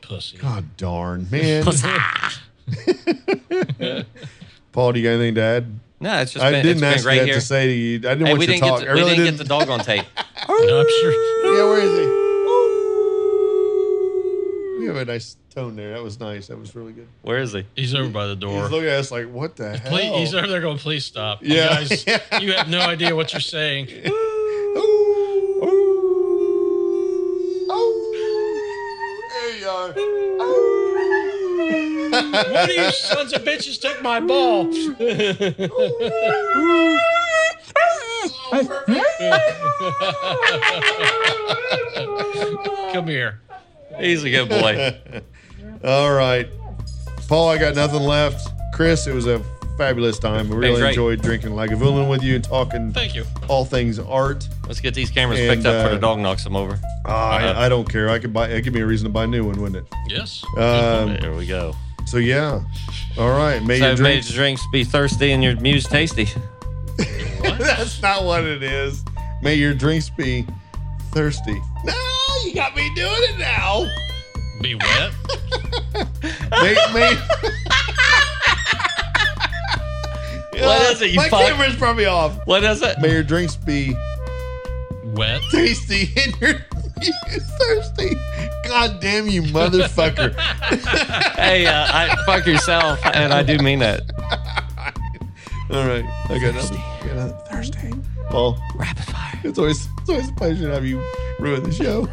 Speaker 3: Pussy.
Speaker 1: God darn man. Paul, do you got anything to add?
Speaker 2: no, it's just
Speaker 1: I
Speaker 2: been,
Speaker 1: didn't
Speaker 2: it's been
Speaker 1: ask
Speaker 2: great
Speaker 1: that
Speaker 2: here.
Speaker 1: to say to you. I didn't
Speaker 2: hey,
Speaker 1: want
Speaker 2: we
Speaker 1: you to
Speaker 2: didn't get
Speaker 1: talk.
Speaker 2: the,
Speaker 1: I
Speaker 2: we
Speaker 1: really
Speaker 2: didn't, get the dog on tape.
Speaker 3: I'm sure.
Speaker 1: Yeah, where is he? We have a nice tone there. That was nice. That was really good.
Speaker 2: Where is he?
Speaker 3: He's over by the door.
Speaker 1: He's looking at us like, what the hell?
Speaker 3: Please, he's over there going, please stop. You
Speaker 1: Yeah.
Speaker 3: guys, you have no idea what you're saying.
Speaker 1: Ooh, ooh, ooh. There you are.
Speaker 3: One of you sons of bitches took my ball. Come here.
Speaker 2: He's a good boy.
Speaker 1: All right. Paul, I got nothing left. Chris, it was a fabulous time. We really
Speaker 2: great.
Speaker 1: enjoyed drinking Lagavulin with you and talking
Speaker 3: Thank you.
Speaker 1: all things art.
Speaker 2: Let's get these cameras
Speaker 1: And,
Speaker 2: picked up before
Speaker 1: uh,
Speaker 2: the dog knocks them over. Uh-huh.
Speaker 1: I, I don't care. I could buy. It give me a reason to buy a new one, wouldn't it?
Speaker 3: Yes.
Speaker 1: Um,
Speaker 2: there we go.
Speaker 1: So yeah. All right. May
Speaker 2: So
Speaker 1: your
Speaker 2: made
Speaker 1: drinks.
Speaker 2: drinks be thirsty and your muse tasty.
Speaker 1: That's not what it is. May your drinks be thirsty. No, you got me doing it now.
Speaker 3: Be wet.
Speaker 1: May, may...
Speaker 2: What is it, you
Speaker 1: My
Speaker 2: fuck?
Speaker 1: camera's probably off.
Speaker 2: What is it?
Speaker 1: May your drinks be
Speaker 3: wet.
Speaker 1: tasty and you're, you're thirsty. God damn you, motherfucker.
Speaker 2: Hey, uh, I, fuck yourself, and I do mean that.
Speaker 1: All right. I got nothing. I got nothing. Thirsty. Well,
Speaker 2: Rapid fire.
Speaker 1: it's always, it's always a pleasure to have you ruin the show.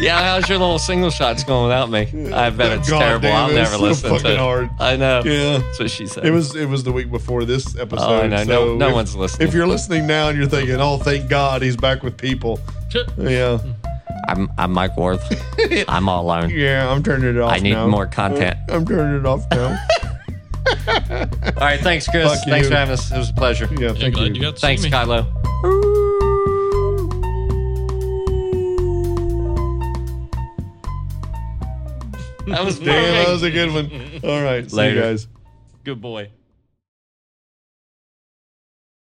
Speaker 2: Yeah, how's your little single shots going without me? I bet it's
Speaker 1: God
Speaker 2: terrible.
Speaker 1: damn,
Speaker 2: I'll
Speaker 1: it was
Speaker 2: never
Speaker 1: so
Speaker 2: listen to
Speaker 1: fucking
Speaker 2: it.
Speaker 1: hard.
Speaker 2: I know.
Speaker 1: Yeah.
Speaker 2: That's what she said.
Speaker 1: It was it was the week before this episode.
Speaker 2: Oh, I know. No-
Speaker 1: so
Speaker 2: no
Speaker 1: if-
Speaker 2: one's listening.
Speaker 1: If you're listening now and you're thinking, "Oh, thank God he's back with people," yeah,
Speaker 2: I'm, I'm Mike Worth. I'm all alone.
Speaker 1: yeah, I'm turning it off.
Speaker 2: I need
Speaker 1: now.
Speaker 2: more content.
Speaker 1: I'm turning it off now.
Speaker 2: All right, thanks, Chris.
Speaker 1: Fuck
Speaker 2: thanks
Speaker 1: you.
Speaker 2: for having us. It was a pleasure.
Speaker 1: yeah,
Speaker 3: Yeah,
Speaker 1: thank
Speaker 3: glad
Speaker 1: you.
Speaker 3: you, got to
Speaker 2: Thanks,
Speaker 3: see me.
Speaker 2: Kylo. That was
Speaker 1: Damn, that
Speaker 2: perfect.
Speaker 1: was a good one. All right, see you
Speaker 2: Later.
Speaker 1: guys.
Speaker 2: Good boy.